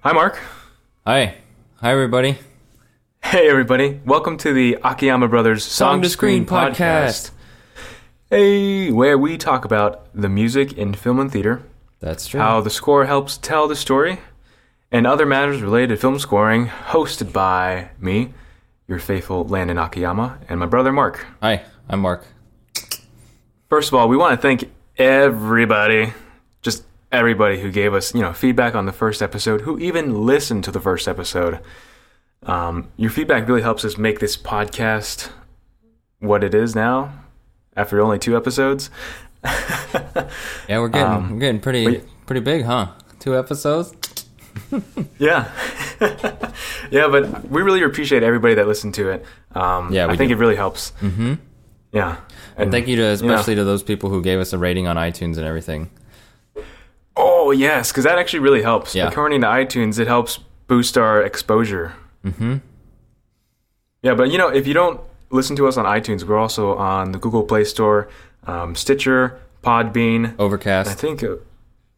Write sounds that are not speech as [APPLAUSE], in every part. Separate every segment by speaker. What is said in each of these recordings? Speaker 1: Hi, Mark.
Speaker 2: Hi. Hi, everybody.
Speaker 1: Hey, everybody. Welcome to the Akiyama Brothers Song, to Screen, podcast. Hey, where we talk about the music in film and theater,
Speaker 2: That's true.
Speaker 1: how the score helps tell the story, and other matters related to film scoring, hosted by me, your faithful Landon Akiyama, and my brother, Mark.
Speaker 2: Hi, I'm Mark.
Speaker 1: First of all, we want to thank everybody, just everybody who gave us, you know, feedback on the first episode, who even listened to the first episode. Um, your feedback really helps us make this podcast what it is now after only two episodes.
Speaker 2: Yeah, we're getting
Speaker 1: Um,
Speaker 2: we're getting pretty pretty big, huh? Two episodes.
Speaker 1: Yeah. [LAUGHS] yeah, but we really appreciate everybody that listened to it. Um,
Speaker 2: Yeah,
Speaker 1: I
Speaker 2: we
Speaker 1: think
Speaker 2: do.
Speaker 1: it really helps. Mm-hmm. Yeah. And
Speaker 2: Thank you to especially to those people who gave us a rating on iTunes and everything.
Speaker 1: Oh yes, because that actually really helps.
Speaker 2: Yeah.
Speaker 1: According to iTunes, it helps boost our exposure. Mm-hmm. Yeah, but you know, if you don't listen to us on iTunes, we're also on the Google Play Store, um, Stitcher, Podbean. I
Speaker 2: Overcast.
Speaker 1: think. uh,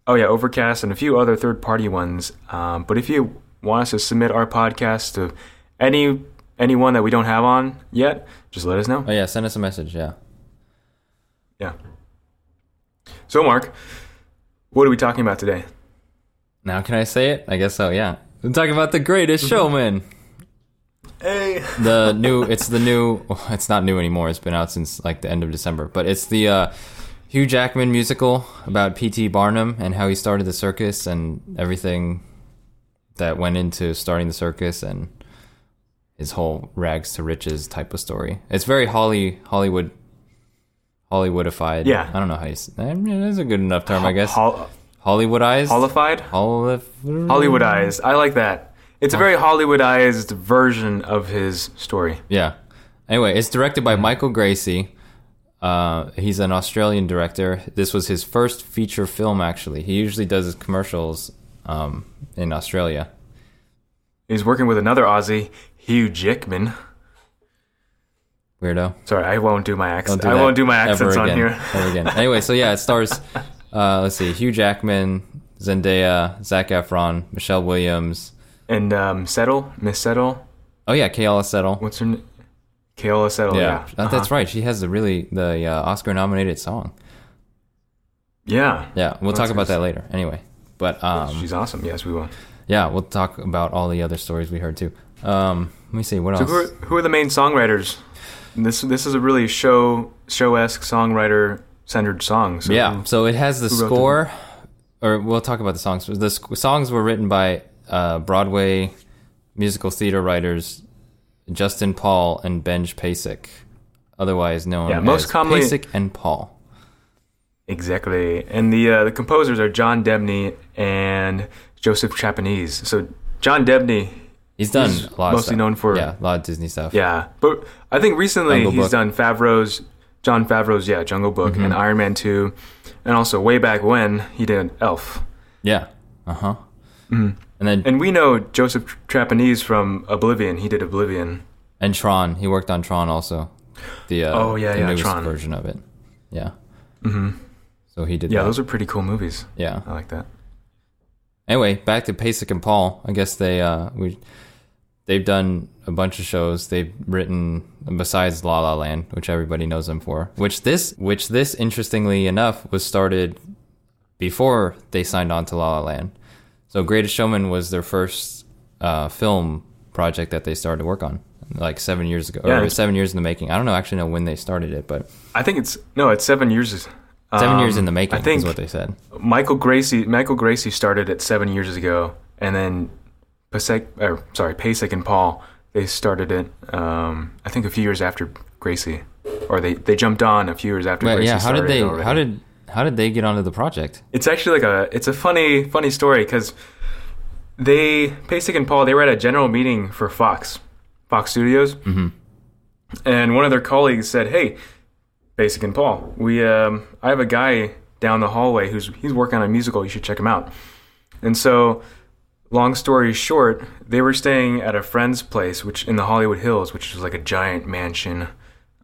Speaker 1: Oh yeah, Overcast and a few other third-party ones. Um, but if you want us to submit our podcast to any anyone that we don't have on yet, just let us know.
Speaker 2: Oh yeah, send us a message. Yeah.
Speaker 1: Yeah. So, Mark, what are we talking about today?
Speaker 2: Now can I say it? I guess so. Yeah. We're talking about the Greatest Showman.
Speaker 1: Hey.
Speaker 2: The new. It's the new. [LAUGHS] well, It's not new anymore. It's been out since like the end of December. But it's the uh, Hugh Jackman musical about P.T. Barnum and how he started the circus and everything that went into starting the circus and his whole rags to riches type of story. It's very Holly Hollywood Hollywoodified.
Speaker 1: Yeah.
Speaker 2: I don't know how you. s- eh, I mean, that's a good enough term, I guess.
Speaker 1: Hol-
Speaker 2: Hollywoodized.
Speaker 1: Holified?
Speaker 2: Holif-
Speaker 1: Hollywoodized. I like that. It's a very Hollywoodized version of his story.
Speaker 2: Yeah. Anyway, it's directed by Michael Gracie. Uh, he's an Australian director. This was his first feature film, actually. He usually does his commercials um, in Australia.
Speaker 1: He's working with another Aussie, Hugh Jackman.
Speaker 2: Weirdo.
Speaker 1: Sorry, I won't do my
Speaker 2: Don't
Speaker 1: accent.
Speaker 2: do
Speaker 1: I
Speaker 2: that
Speaker 1: won't do my
Speaker 2: ever
Speaker 1: accents on
Speaker 2: again.
Speaker 1: here.
Speaker 2: [LAUGHS] Ever again. Anyway, so yeah, it stars. Uh, let's see: Hugh Jackman, Zendaya, Zach Efron, Michelle Williams.
Speaker 1: And um, Settle, Miss Settle.
Speaker 2: Oh yeah, Kayla Settle.
Speaker 1: What's her name? Kayla Settle. Yeah. Uh-huh.
Speaker 2: Yeah, Uh, that's right. She has the really the uh, Oscar-nominated song.
Speaker 1: Yeah.
Speaker 2: Yeah, we'll
Speaker 1: Oh,
Speaker 2: talk
Speaker 1: that's
Speaker 2: about that later. Anyway, but um,
Speaker 1: She's awesome. Yes, we will.
Speaker 2: yeah, we'll talk about all the other stories we heard too. Um, let me see what
Speaker 1: So
Speaker 2: else.
Speaker 1: who are, who are the main songwriters? This this is a really show show esque songwriter centered song. So
Speaker 2: yeah, so it has the
Speaker 1: wrote the-
Speaker 2: score, or we'll talk about the songs. The sc- songs were written by uh, Broadway musical theater writers Justin Paul and Benj Pasek, otherwise known
Speaker 1: Yeah, most
Speaker 2: as
Speaker 1: commonly-
Speaker 2: Pasek and Paul.
Speaker 1: Exactly. And the uh, the composers are John Debney and Joseph Chapanese. So John Debney,
Speaker 2: He's done
Speaker 1: He's
Speaker 2: a lot. of
Speaker 1: mostly
Speaker 2: stuff.
Speaker 1: known for-
Speaker 2: yeah, a lot of Disney stuff.
Speaker 1: yeah, but I think recently
Speaker 2: Jungle
Speaker 1: he's
Speaker 2: Book. Mm-hmm.
Speaker 1: done Favreau's John Favreau's yeah Jungle Book and Iron Man two, and also way back when he did Elf.
Speaker 2: yeah, uh huh.
Speaker 1: Mm-hmm.
Speaker 2: And then
Speaker 1: And we know Joseph Trapanese from Oblivion. He did Oblivion.
Speaker 2: and Tron, he worked on Tron also. The uh,
Speaker 1: Oh, yeah,
Speaker 2: the
Speaker 1: yeah,
Speaker 2: newest
Speaker 1: Tron.
Speaker 2: version of it. Yeah. Mm-hmm. So he did.
Speaker 1: Yeah,
Speaker 2: that.
Speaker 1: those are pretty cool movies.
Speaker 2: Yeah.
Speaker 1: I like that.
Speaker 2: Anyway, back to Pasek and Paul. I guess they uh we they've done a bunch of shows. They've written besides La La Land, which everybody knows them for. Which this which this interestingly enough was started before they signed on to La La Land. So Greatest Showman was their first uh, film project that they started to work on like 7 years ago
Speaker 1: Yeah,
Speaker 2: or
Speaker 1: it's-
Speaker 2: 7 years in the making. I don't know actually know when they started it, but
Speaker 1: I think it's no, it's seven years.
Speaker 2: 7 years
Speaker 1: um,
Speaker 2: in the making
Speaker 1: I think
Speaker 2: is what they said.
Speaker 1: Michael Gracie Michael Gracie started it seven years ago, and then Pasek or sorry Pasek and Paul they started it. Um, I think a few years after Gracie, or they they jumped on a few years after.
Speaker 2: But
Speaker 1: Gracie
Speaker 2: yeah, how did
Speaker 1: started
Speaker 2: they
Speaker 1: it already.
Speaker 2: how did how did they get onto the project?
Speaker 1: It's actually like a it's a funny funny story because they Pasek and Paul they were at a general meeting for Fox Fox Studios, and one of their colleagues said, "Hey, Pasek and Paul, we um, I have a guy down the hallway who's he's working on a musical. You should check him out." And so, long story short, they were staying at a friend's place, which in the Hollywood Hills, which is like a giant mansion,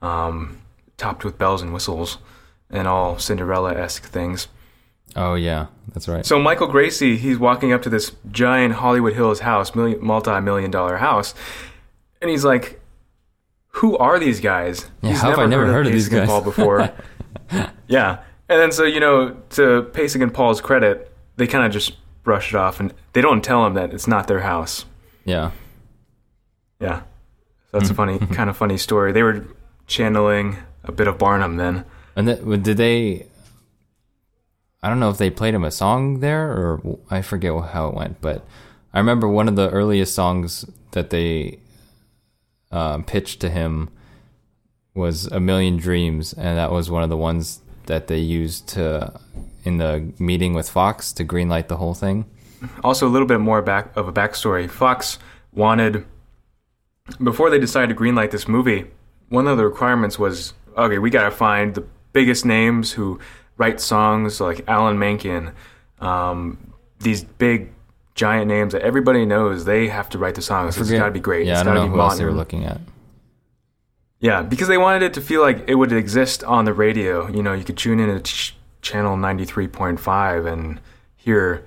Speaker 1: um, topped with bells and whistles, and all Cinderella esque things.
Speaker 2: Oh yeah, that's right.
Speaker 1: So Michael Gracie, he's walking up to this giant Hollywood Hills house, million, multi-million dollar house, and he's like, "Who are these guys?
Speaker 2: Yeah,
Speaker 1: He's
Speaker 2: how have I never heard of these
Speaker 1: Pasek and
Speaker 2: guys?
Speaker 1: Paul
Speaker 2: [LAUGHS]
Speaker 1: before?" yeah, and then so you know, to Pasek and Paul's credit, they kind of just brush it off, and they don't tell him that it's not their house.
Speaker 2: Yeah.
Speaker 1: Yeah, so
Speaker 2: Hmm.
Speaker 1: that's a
Speaker 2: [LAUGHS]
Speaker 1: funny kind of funny story. They were channeling a bit of Barnum then.
Speaker 2: And that, well, did they? I don't know if they played him a song there, or I forget how it went. But I remember one of the earliest songs that they uh, pitched to him was "A Million Dreams," and that was one of the ones that they used to in the meeting with Fox to greenlight the whole thing.
Speaker 1: also a little bit more back of a backstory. Fox wanted before they decided to greenlight this movie. One of the requirements was okay, we gotta find the biggest names who write songs like Alan Menken, um, these big giant names that everybody knows. They have to write the songs. It's gotta be great.
Speaker 2: Yeah,
Speaker 1: it's
Speaker 2: I don't
Speaker 1: gotta
Speaker 2: know
Speaker 1: be
Speaker 2: who else they were
Speaker 1: modern.
Speaker 2: looking at.
Speaker 1: Yeah, because they wanted it to feel like it would exist on the radio. You know, you could tune in to ch- channel 93.5 and hear,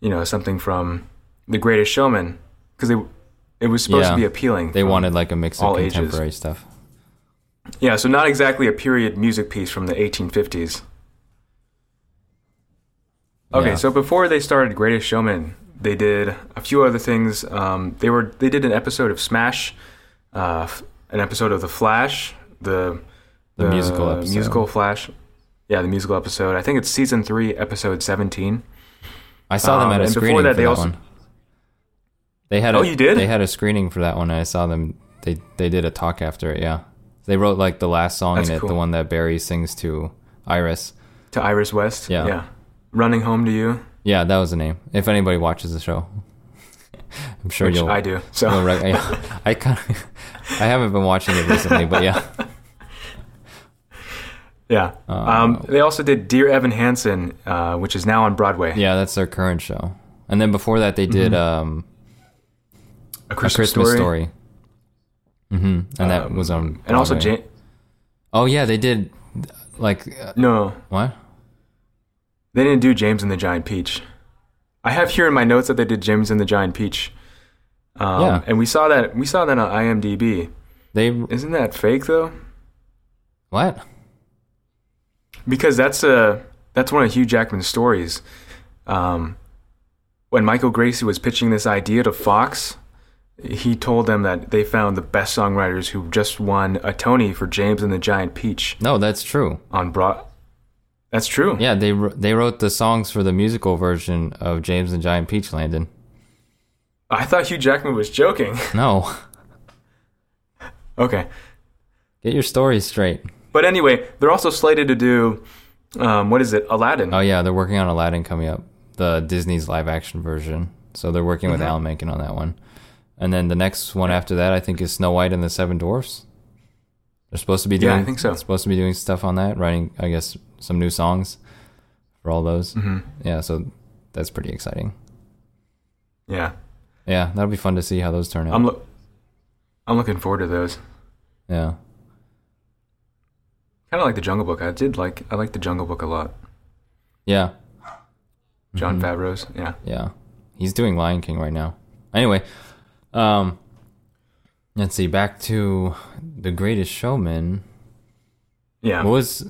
Speaker 1: you know, something from The Greatest Showman because they it was supposed
Speaker 2: Yeah,
Speaker 1: to be appealing.
Speaker 2: They
Speaker 1: from-
Speaker 2: wanted like a mix of
Speaker 1: all ages.
Speaker 2: contemporary stuff.
Speaker 1: Yeah, so not exactly a period music piece from the 1850s. Okay,
Speaker 2: Yeah.
Speaker 1: so before they started Greatest Showman, they did a few other things. Um, they were they did an episode of Smash, uh, f- an episode of The Flash, the
Speaker 2: The musical episode.
Speaker 1: musical Flash. Yeah, the musical episode. I think it's season three, episode seventeen.
Speaker 2: I saw them
Speaker 1: Um,
Speaker 2: at a
Speaker 1: and before
Speaker 2: screening
Speaker 1: that,
Speaker 2: for
Speaker 1: they
Speaker 2: that
Speaker 1: also-
Speaker 2: one. They had a,
Speaker 1: Oh, you did?
Speaker 2: They had a screening for that one, and I saw them. They they did a talk after it. Yeah, they wrote like the last song
Speaker 1: That's
Speaker 2: in it, the
Speaker 1: cool.
Speaker 2: one that Barry sings to Iris.
Speaker 1: To Iris West.
Speaker 2: Yeah.
Speaker 1: yeah. Running home to you,
Speaker 2: Yeah, that was the name. If anybody watches the show, [LAUGHS] I'm sure
Speaker 1: which
Speaker 2: you'll.
Speaker 1: I do. So [LAUGHS]
Speaker 2: you'll rec- I, I kind of, I haven't been watching it recently,
Speaker 1: [LAUGHS]
Speaker 2: but yeah,
Speaker 1: yeah. um,
Speaker 2: Uh,
Speaker 1: they also did Dear Evan Hansen, uh, which is now on Broadway.
Speaker 2: yeah, that's their current show. And then before that, they did
Speaker 1: Mm-hmm.
Speaker 2: um,
Speaker 1: A
Speaker 2: a Christmas Story. hmm And that was on.
Speaker 1: Um, And also,
Speaker 2: Broadway.
Speaker 1: Jane.
Speaker 2: Oh yeah, they did. Like uh,
Speaker 1: No,
Speaker 2: what?
Speaker 1: they didn't do James and the Giant Peach. I have here in my notes that they did James and the Giant Peach. Um,
Speaker 2: Yeah.
Speaker 1: And we saw that we saw that on IMDb.
Speaker 2: They
Speaker 1: Isn't that fake though?
Speaker 2: what?
Speaker 1: Because that's a that's one of Hugh Jackman's stories. Um, when Michael Gracie was pitching this idea to Fox, he told them that they found the best songwriters who just won a Tony for James and the Giant Peach
Speaker 2: No, that's true.
Speaker 1: on Broad. That's true.
Speaker 2: Yeah, they wr- they wrote the songs for the musical version of James and Giant Peach Landon.
Speaker 1: I thought Hugh Jackman was joking. [LAUGHS]
Speaker 2: No,
Speaker 1: okay.
Speaker 2: [LAUGHS] get your stories straight.
Speaker 1: But anyway, they're also slated to do um, what is it? Aladdin.
Speaker 2: Oh yeah, they're working on Aladdin coming up, the Disney's live action version. So they're working
Speaker 1: Mm-hmm.
Speaker 2: with Alan Menken on that one, and then the next one after that, I think, is Snow White and the Seven Dwarfs. They're supposed to be
Speaker 1: Yeah,
Speaker 2: doing
Speaker 1: I think so.
Speaker 2: supposed to be doing stuff on that, writing I guess some new songs for all those. Mm-hmm. Yeah, so that's pretty exciting.
Speaker 1: Yeah,
Speaker 2: Yeah, that'll be fun to see how those turn out.
Speaker 1: I'm lo- I'm looking forward to those.
Speaker 2: yeah.
Speaker 1: Kind of like the Jungle Book. I did like I like the Jungle Book a lot.
Speaker 2: Yeah,
Speaker 1: John
Speaker 2: Mm-hmm.
Speaker 1: Favreau's. Yeah.
Speaker 2: yeah. He's doing Lion King right now. Anyway, um, let's see. Back to the Greatest Showman.
Speaker 1: Yeah.
Speaker 2: What was?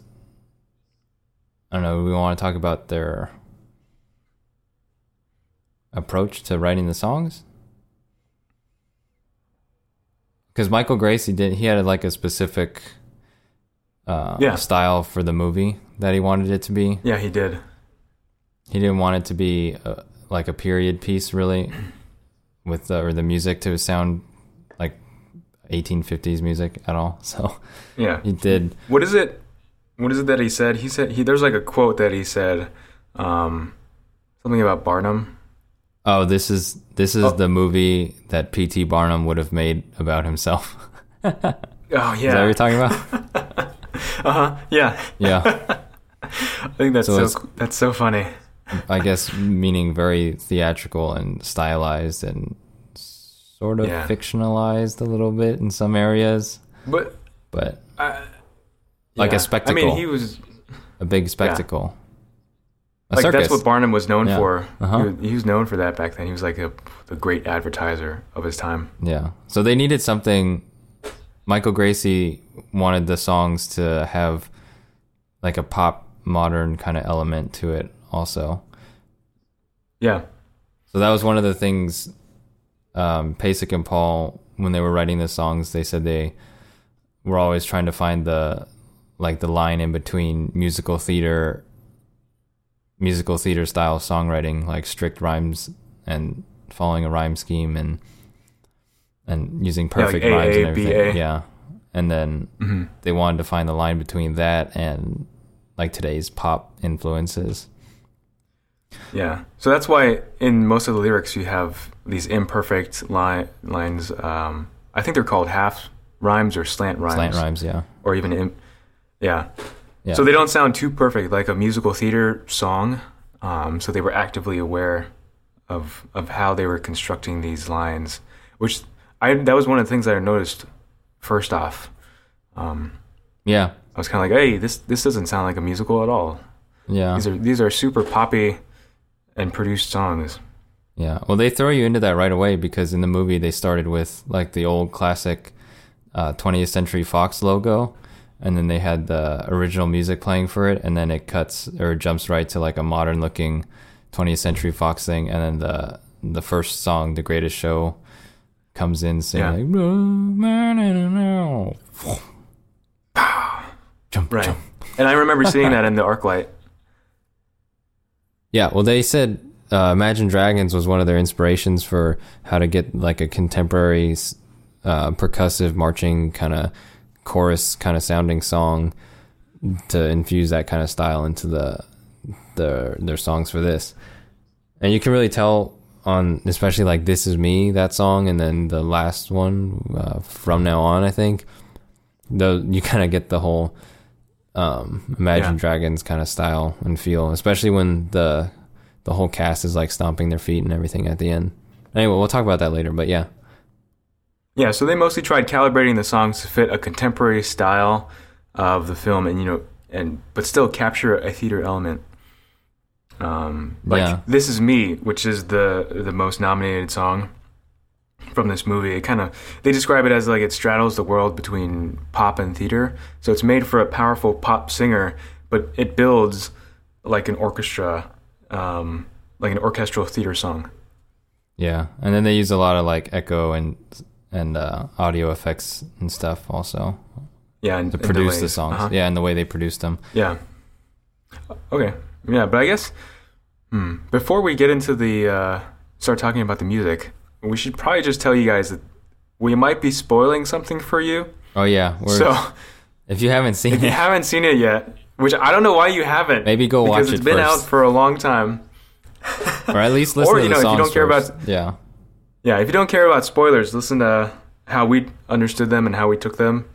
Speaker 2: I don't know. We want to talk about their approach to writing the songs. Because Michael Gracie did, he had like a specific uh,
Speaker 1: Yeah.
Speaker 2: style for the movie that he wanted it to be.
Speaker 1: yeah, he did.
Speaker 2: He didn't want it to be uh like a period piece, really, with the, or the music to sound like 1850s music at all. [LAUGHS] So
Speaker 1: Yeah.
Speaker 2: he did.
Speaker 1: What is it? What is it that he said? He said he. There's like a quote that he said, um, something about Barnum.
Speaker 2: Oh, this is this
Speaker 1: Oh.
Speaker 2: is the movie that P.T. Barnum would have made about himself. [LAUGHS]
Speaker 1: Oh
Speaker 2: Is that what
Speaker 1: yeah.
Speaker 2: you're talking
Speaker 1: [LAUGHS]
Speaker 2: about?
Speaker 1: uh huh. Yeah.
Speaker 2: yeah,
Speaker 1: I think that's so,
Speaker 2: So it's-
Speaker 1: so that's so funny.
Speaker 2: I guess meaning very theatrical and stylized and sort of
Speaker 1: Yeah.
Speaker 2: fictionalized a little bit in some areas,
Speaker 1: But
Speaker 2: but
Speaker 1: I,
Speaker 2: Like a
Speaker 1: yeah. I
Speaker 2: spectacle.
Speaker 1: mean, he was
Speaker 2: a big spectacle. a
Speaker 1: like
Speaker 2: circus.
Speaker 1: that's what Barnum was known
Speaker 2: Yeah.
Speaker 1: for.
Speaker 2: Uh-huh.
Speaker 1: He, was, he was known for that back then. He was like a, the great advertiser of his time.
Speaker 2: yeah. So they needed something. Michael Gracie wanted the songs to have like a pop modern kind of element to it, also.
Speaker 1: Yeah,
Speaker 2: So that was one of the things um, Pasek and Paul, when they were writing the songs, they said they were always trying to find the like the line in between musical theater, musical theater style songwriting, like strict rhymes and following a rhyme scheme and and using
Speaker 1: Yeah, like
Speaker 2: perfect rhymes and
Speaker 1: AA,
Speaker 2: everything.
Speaker 1: BA.
Speaker 2: Yeah, and then
Speaker 1: Mm-hmm.
Speaker 2: they wanted to find the line between that and like today's pop influences.
Speaker 1: yeah. So that's why in most of the lyrics you have these imperfect line, lines. Um, I think they're called half rhymes or slant rhymes,
Speaker 2: Slant rhymes, yeah.
Speaker 1: or even im- yeah.
Speaker 2: Yeah.
Speaker 1: So they don't sound too perfect, like a musical theater song. Um, so they were actively aware of of how they were constructing these lines, which I that was one of the things that I noticed first off. Um,
Speaker 2: Yeah.
Speaker 1: I was kind of like, hey, this this doesn't sound like a musical at all.
Speaker 2: Yeah.
Speaker 1: These are these are super poppy and produced songs.
Speaker 2: Yeah. Well, they throw you into that right away because in the movie they started with like the old classic uh, 20th Century Fox logo, and then they had the original music playing for it, and then it cuts or jumps right to like a modern looking 20th Century Fox thing, and then the the first song, The Greatest Show, comes in
Speaker 1: Yeah.
Speaker 2: saying like. Jump,
Speaker 1: Right.
Speaker 2: jump.
Speaker 1: And I remember seeing that in the ArcLight.
Speaker 2: Yeah, well, they said uh, Imagine Dragons was one of their inspirations for how to get like a contemporary, s- uh, percussive marching kind of chorus kind of sounding song to infuse that kind of style into the their their songs for this, and you can really tell on especially like "This Is Me" that song, and then the last one uh, from now on, I think, though you kind of get the whole um, Imagine
Speaker 1: Yeah.
Speaker 2: Dragons kind of style and feel, especially when the the whole cast is like stomping their feet and everything at the end. Anyway, we'll talk about that later, but yeah,
Speaker 1: Yeah, so they mostly tried calibrating the songs to fit a contemporary style of the film, and you know, and but still capture a theater element. Um, like
Speaker 2: Yeah.
Speaker 1: "This Is Me," which is the the most nominated song from this movie. It kind of they describe it as like it straddles the world between pop and theater. So it's made for a powerful pop singer, but it builds like an orchestra, um, like an orchestral theater song.
Speaker 2: yeah, and then they use a lot of like echo and and uh, audio effects and stuff also
Speaker 1: Yeah, and,
Speaker 2: to
Speaker 1: and
Speaker 2: produce the
Speaker 1: delays.
Speaker 2: songs.
Speaker 1: Uh-huh.
Speaker 2: Yeah, and the way they produced them.
Speaker 1: Yeah. Okay. Yeah, but I guess hmm, before we get into the uh, start talking about the music, we should probably just tell you guys that we might be spoiling something for you.
Speaker 2: Oh yeah, we're,
Speaker 1: so [LAUGHS]
Speaker 2: [LAUGHS] if you haven't seen
Speaker 1: if
Speaker 2: [LAUGHS]
Speaker 1: you
Speaker 2: it,
Speaker 1: haven't seen it yet, which I don't know why you haven't,
Speaker 2: Maybe go
Speaker 1: because
Speaker 2: watch
Speaker 1: it's
Speaker 2: it
Speaker 1: been
Speaker 2: first.
Speaker 1: out for a long time.
Speaker 2: or at least listen
Speaker 1: [LAUGHS] Or,
Speaker 2: to
Speaker 1: you
Speaker 2: the
Speaker 1: know, if you
Speaker 2: songs
Speaker 1: don't care about-
Speaker 2: first. yeah,
Speaker 1: Yeah, if you don't care about spoilers, listen to how we understood them and how we took them,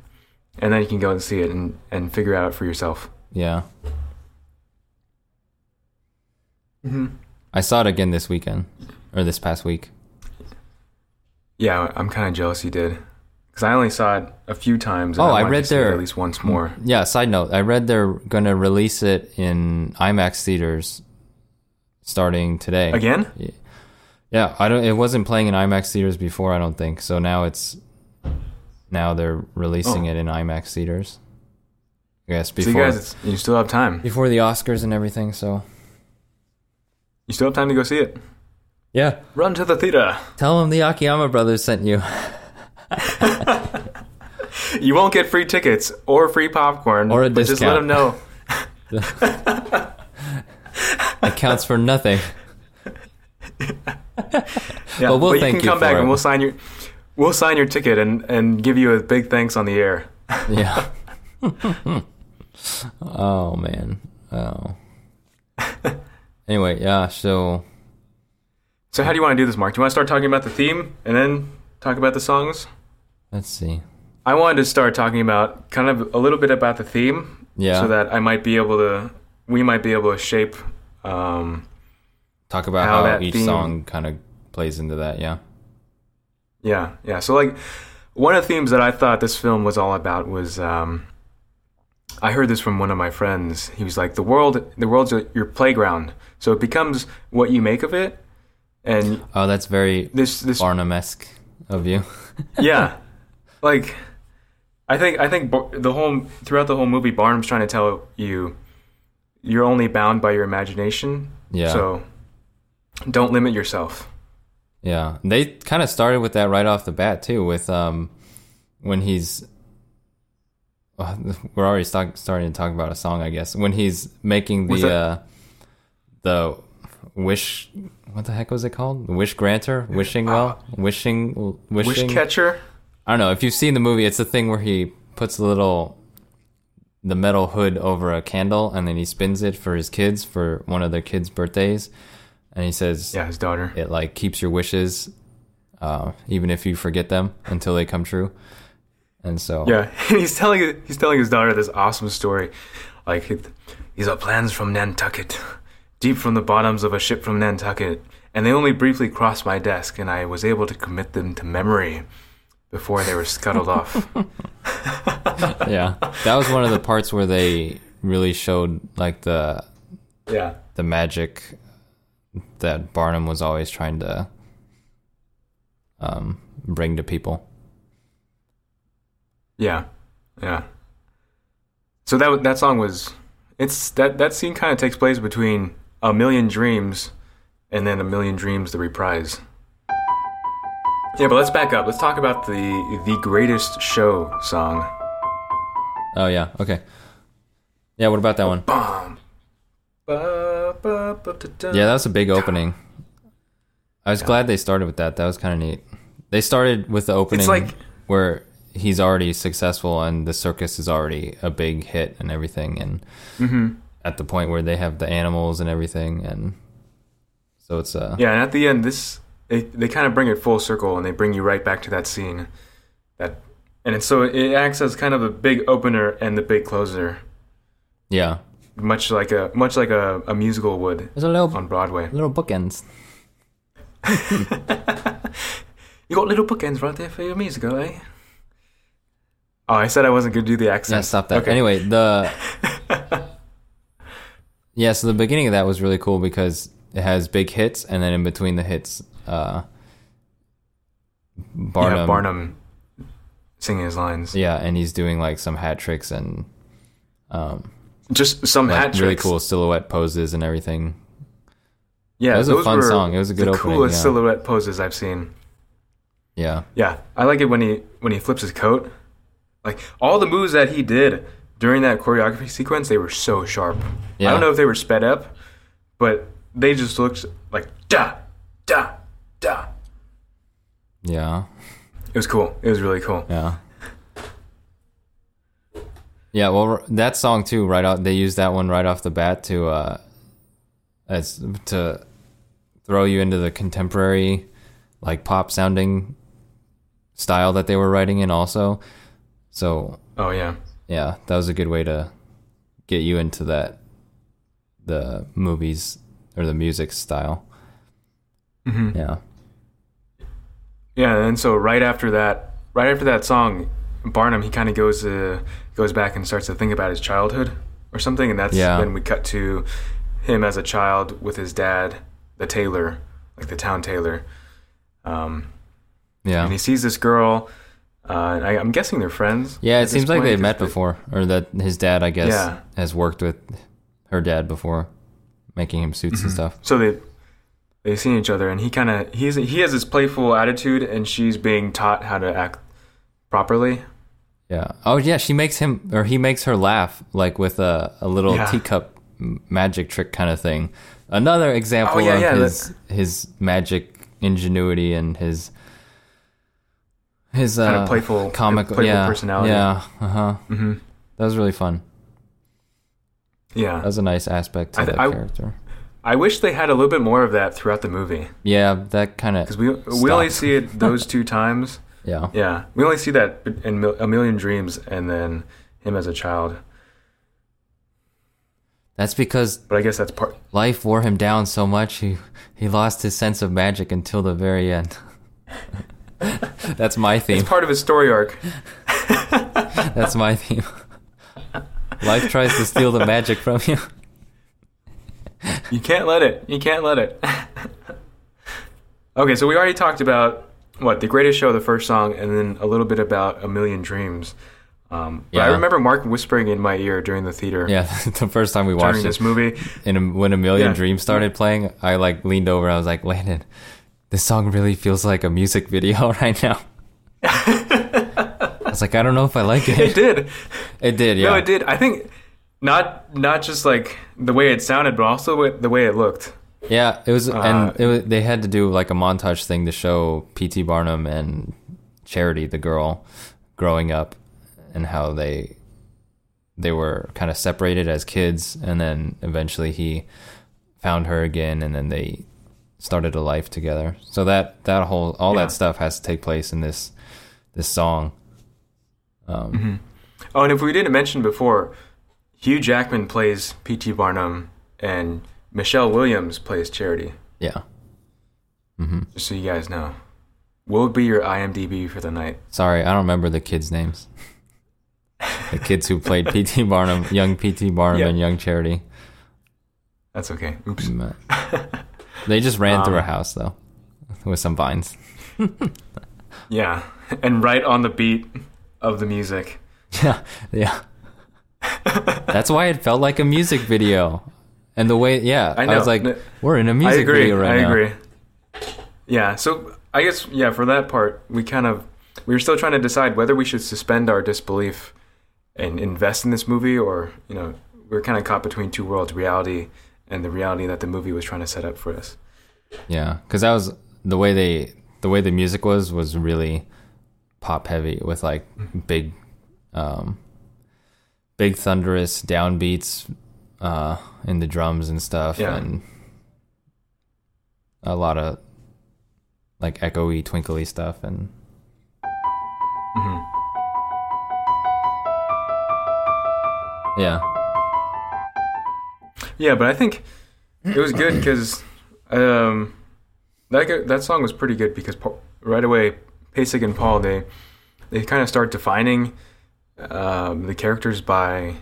Speaker 1: and then you can go and see it and, and figure out for yourself.
Speaker 2: yeah. I saw it again this weekend or this past week.
Speaker 1: Yeah, I'm kind of jealous you did. Because I only saw it a few times.
Speaker 2: Oh,
Speaker 1: wanted
Speaker 2: I
Speaker 1: to
Speaker 2: read
Speaker 1: see it
Speaker 2: their-
Speaker 1: At least once more.
Speaker 2: Yeah, side note, I read they're going to release it in IMAX theaters starting today.
Speaker 1: Again?
Speaker 2: Yeah, I don't it wasn't playing in IMAX theaters before, I don't think. So now it's now they're releasing
Speaker 1: Oh.
Speaker 2: it in IMAX theaters. I guess
Speaker 1: So
Speaker 2: before
Speaker 1: you guys, it's, you still have time.
Speaker 2: before the Oscars and everything, so
Speaker 1: You still have time to go see it.
Speaker 2: Yeah.
Speaker 1: Run to the theater.
Speaker 2: Tell them the Akiyama brothers sent
Speaker 1: [LAUGHS]
Speaker 2: you.
Speaker 1: You won't get free tickets or free popcorn.
Speaker 2: Or a
Speaker 1: but Just let
Speaker 2: discount.
Speaker 1: them know.
Speaker 2: It counts for nothing.
Speaker 1: Yeah,
Speaker 2: [LAUGHS] But we'll
Speaker 1: you
Speaker 2: thank
Speaker 1: can
Speaker 2: you
Speaker 1: come
Speaker 2: for
Speaker 1: back
Speaker 2: it.
Speaker 1: and we'll sign your, we'll sign your ticket and, and give you a big thanks on the air. [LAUGHS]
Speaker 2: Yeah. oh man.
Speaker 1: [LAUGHS]
Speaker 2: Oh. Anyway, yeah, so
Speaker 1: So how do you want to do this, Mark? Do you want to start talking about the theme and then talk about the songs?
Speaker 2: let's see.
Speaker 1: I wanted to start talking about kind of a little bit about the theme,
Speaker 2: Yeah.
Speaker 1: so that I might be able to, we might be able to shape um,
Speaker 2: Talk about
Speaker 1: how
Speaker 2: how,
Speaker 1: that
Speaker 2: each
Speaker 1: theme-
Speaker 2: song kind of plays into that, yeah.
Speaker 1: Yeah, yeah. So like one of the themes that I thought this film was all about was um, I heard this from one of my friends. He was like, "The world, the world's a, your playground, so it becomes what you make of it." And
Speaker 2: Oh, that's very
Speaker 1: this, this,
Speaker 2: Barnum-esque of you.
Speaker 1: yeah, like I think I think Bar- the whole throughout the whole movie, Barnum's trying to tell you you're only bound by your imagination.
Speaker 2: Yeah.
Speaker 1: So don't limit yourself.
Speaker 2: Yeah, they kind of started with that right off the bat too. With um, when he's [LAUGHS] uh, we're already stock starting to talk about a song, I guess. When he's making
Speaker 1: Was
Speaker 2: the
Speaker 1: that-
Speaker 2: uh, the wish, what the heck was it called? The wish granter, wishing well, wishing,
Speaker 1: Ah. Wish
Speaker 2: wishing.
Speaker 1: catcher.
Speaker 2: I don't know if you've seen the movie. It's the thing where he puts a little the metal hood over a candle and then he spins it for his kids for one of their kids' birthdays, and he says,
Speaker 1: Yeah, his daughter.
Speaker 2: it like keeps your wishes uh, even if you forget them until they come true and so
Speaker 1: Yeah, [LAUGHS] and he's telling he's telling his daughter this awesome story, like he- these are plans from Nantucket, deep from the bottoms of a ship from Nantucket, and they only briefly crossed my desk, and I was able to commit them to memory before they were scuttled [LAUGHS] off.
Speaker 2: yeah that was one of the parts where they really showed like the
Speaker 1: Yeah,
Speaker 2: the magic that barnum was always trying to um, bring to people
Speaker 1: yeah, yeah. So that wa- that song was it's that that scene kind of takes place between a million dreams, and then a million dreams the reprise. Yeah, but let's back up. Let's talk about the the greatest show song.
Speaker 2: oh yeah okay yeah what about that one
Speaker 1: Ba, ba, ba, da, da.
Speaker 2: Yeah, that was a big opening. I was glad they started with that. That was kind of neat. They started with the opening
Speaker 1: like-
Speaker 2: where he's already successful and the circus is already a big hit and everything, and
Speaker 1: Mm-hmm.
Speaker 2: at the point where they have the animals and everything, and so it's uh
Speaker 1: Yeah, and at the end, this they, they kind of bring it full circle and they bring you right back to that scene. That and it's, so it acts as kind of a big opener and the big closer,
Speaker 2: yeah.
Speaker 1: much like a much like a, a musical would
Speaker 2: There's a little
Speaker 1: on Broadway.
Speaker 2: little bookends.
Speaker 1: You got little bookends right there for your musical, eh? Oh, I said I wasn't gonna do the accent.
Speaker 2: Yeah, stop that.
Speaker 1: Okay. [LAUGHS]
Speaker 2: Anyway, the yeah, so the beginning of that was really cool because it has big hits, and then in between the hits, uh, Barnum,
Speaker 1: Yeah, Barnum singing his lines.
Speaker 2: yeah, and he's doing like some hat tricks and um,
Speaker 1: Just some
Speaker 2: like
Speaker 1: hat tricks.
Speaker 2: really cool silhouette poses and everything.
Speaker 1: Yeah,
Speaker 2: It was a
Speaker 1: those
Speaker 2: fun
Speaker 1: were
Speaker 2: song. It was a good
Speaker 1: the
Speaker 2: opening,
Speaker 1: coolest
Speaker 2: yeah.
Speaker 1: silhouette poses I've seen.
Speaker 2: Yeah,
Speaker 1: Yeah, I like it when he when he flips his coat. Like all the moves that he did during that choreography sequence, they were so sharp. I
Speaker 2: Yeah.
Speaker 1: don't know if they were sped up, but they just looked like da da da.
Speaker 2: yeah,
Speaker 1: It was cool. It was really cool.
Speaker 2: yeah, yeah. Well, r- that song too. Right out, they used that one right off the bat to uh, as to throw you into the contemporary, like pop sounding style that they were writing in. Also, so
Speaker 1: Oh yeah.
Speaker 2: yeah, that was a good way to get you into that the movies or the music style. Yeah,
Speaker 1: Yeah, and so right after that, right after that song, Barnum he kind of goes uh, goes back and starts to think about his childhood or something, and that's
Speaker 2: Yeah.
Speaker 1: when we cut to him as a child with his dad, the tailor, like the town tailor. Um,
Speaker 2: yeah,
Speaker 1: and he sees this girl. Uh, and I, I'm guessing they're friends.
Speaker 2: yeah.
Speaker 1: at
Speaker 2: It seems
Speaker 1: this
Speaker 2: like
Speaker 1: point,
Speaker 2: they've met
Speaker 1: 'cause
Speaker 2: before, or that his dad, I guess,
Speaker 1: Yeah.
Speaker 2: has worked with her dad before, making him suits and stuff.
Speaker 1: So they they've seen each other, and he kind of he's he has this playful attitude, and she's being taught how to act properly.
Speaker 2: Yeah. Oh yeah, she makes him or he makes her laugh like with a a little
Speaker 1: Yeah.
Speaker 2: teacup m- magic trick kind of thing. Another example
Speaker 1: Oh, yeah,
Speaker 2: of
Speaker 1: yeah,
Speaker 2: his his magic ingenuity and his his
Speaker 1: Kind
Speaker 2: uh,
Speaker 1: of playful,
Speaker 2: comical
Speaker 1: playful
Speaker 2: yeah,
Speaker 1: personality.
Speaker 2: Yeah. Uh huh.
Speaker 1: Mhm.
Speaker 2: That was really fun.
Speaker 1: Yeah,
Speaker 2: That was a nice aspect to
Speaker 1: I
Speaker 2: the
Speaker 1: th-
Speaker 2: that
Speaker 1: I-
Speaker 2: character.
Speaker 1: I wish they had a little bit more of that throughout the movie.
Speaker 2: Yeah, that kind of
Speaker 1: Because we we only
Speaker 2: Stop.
Speaker 1: see
Speaker 2: [LAUGHS]
Speaker 1: it those two times.
Speaker 2: yeah.
Speaker 1: Yeah, we only see that in Mil- a million dreams, and then him as a child.
Speaker 2: That's because
Speaker 1: But I guess that's part.
Speaker 2: life wore him down so much he he lost his sense of magic until the very end. [LAUGHS] That's my theme.
Speaker 1: It's part of his story arc.
Speaker 2: That's my theme. Life tries to steal the magic from you. [LAUGHS]
Speaker 1: You can't let it. You can't let it. [LAUGHS] okay, so we already talked about what the greatest show, the first song, and then a little bit about a million dreams. Um, but I
Speaker 2: Yeah.
Speaker 1: remember Mark whispering in my ear during the theater
Speaker 2: Yeah, [LAUGHS] the first time we watched
Speaker 1: during
Speaker 2: it,
Speaker 1: this
Speaker 2: [LAUGHS]
Speaker 1: movie.
Speaker 2: and when a million
Speaker 1: Yeah.
Speaker 2: dreams started playing, I like leaned over. and I was like, Landon, this song really feels like a music [LAUGHS] video right
Speaker 1: [LAUGHS]
Speaker 2: now. I was like, I don't know if I
Speaker 1: [LAUGHS]
Speaker 2: like it.
Speaker 1: It did.
Speaker 2: It did, yeah.
Speaker 1: No, it did. I think not not just like the way it sounded, but also with the way it looked.
Speaker 2: Yeah, it was,
Speaker 1: Uh,
Speaker 2: and it was, they had to do like a montage thing to show P.T. Barnum and Charity, the girl, growing up, and how they they were kind of separated as kids, and then eventually he found her again, and then they started a life together. So that that whole all
Speaker 1: Yeah.
Speaker 2: that stuff has to take place in this this song.
Speaker 1: Oh, and if we didn't mention before, Hugh Jackman plays P.T. Barnum, and Michelle Williams plays Charity.
Speaker 2: Yeah,
Speaker 1: Just so you guys know, will be your IMDb for the night.
Speaker 2: sorry, I don't remember the
Speaker 1: [LAUGHS]
Speaker 2: kids' names. the kids who played P.T. Barnum, young P.T. Barnum,
Speaker 1: Yeah.
Speaker 2: and young Charity.
Speaker 1: That's okay. Oops.
Speaker 2: Mm, uh, they just ran through a
Speaker 1: Um,
Speaker 2: house though, with some vines. [LAUGHS]
Speaker 1: Yeah, [LAUGHS] and right on the beat of the music.
Speaker 2: Yeah, yeah. That's why it felt like a music video, and the way yeah,
Speaker 1: I
Speaker 2: I, was
Speaker 1: know.
Speaker 2: like,
Speaker 1: N-
Speaker 2: we're in a
Speaker 1: I
Speaker 2: music
Speaker 1: agree.
Speaker 2: video
Speaker 1: I
Speaker 2: right now.
Speaker 1: agree. Yeah. So I guess yeah. For that part, we kind of we were still trying to decide whether we should suspend our disbelief and invest in this movie, or you know, we are kind of caught between two worlds: reality and the reality that the movie was trying to set up for us.
Speaker 2: Yeah, because that was the way they the way the music was was really pop heavy with like
Speaker 1: Mm-hmm.
Speaker 2: big, um, big thunderous downbeats, uh, in the drums and stuff,
Speaker 1: Yeah.
Speaker 2: and a lot of like echoey, twinkly stuff, and Mm-hmm. yeah,
Speaker 1: Yeah, but I think it was good because um, that go- that song was pretty good because Pa- right away, Pasek and Paul they they kind of start defining um, the characters by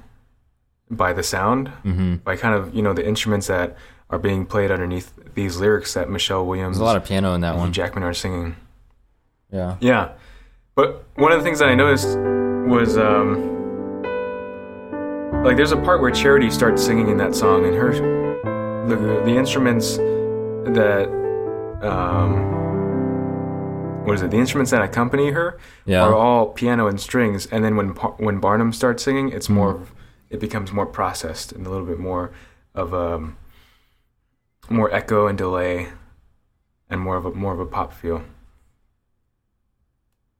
Speaker 1: by the sound,
Speaker 2: mm-hmm.
Speaker 1: by kind of you know the instruments that are being played underneath these lyrics that Michelle Williams
Speaker 2: there's a lot of piano in that
Speaker 1: and Hugh
Speaker 2: one.
Speaker 1: Jackman are singing.
Speaker 2: Yeah,
Speaker 1: Yeah, but one of the things that I noticed was um, like there's a part where Charity starts singing in that song, and her the the instruments that um, what is it? The instruments that accompany her
Speaker 2: Yeah.
Speaker 1: are all piano and strings, and then when Par- when Barnum starts singing, it's more of it becomes more processed and a little bit more of um more echo and delay and more of a more of a pop feel.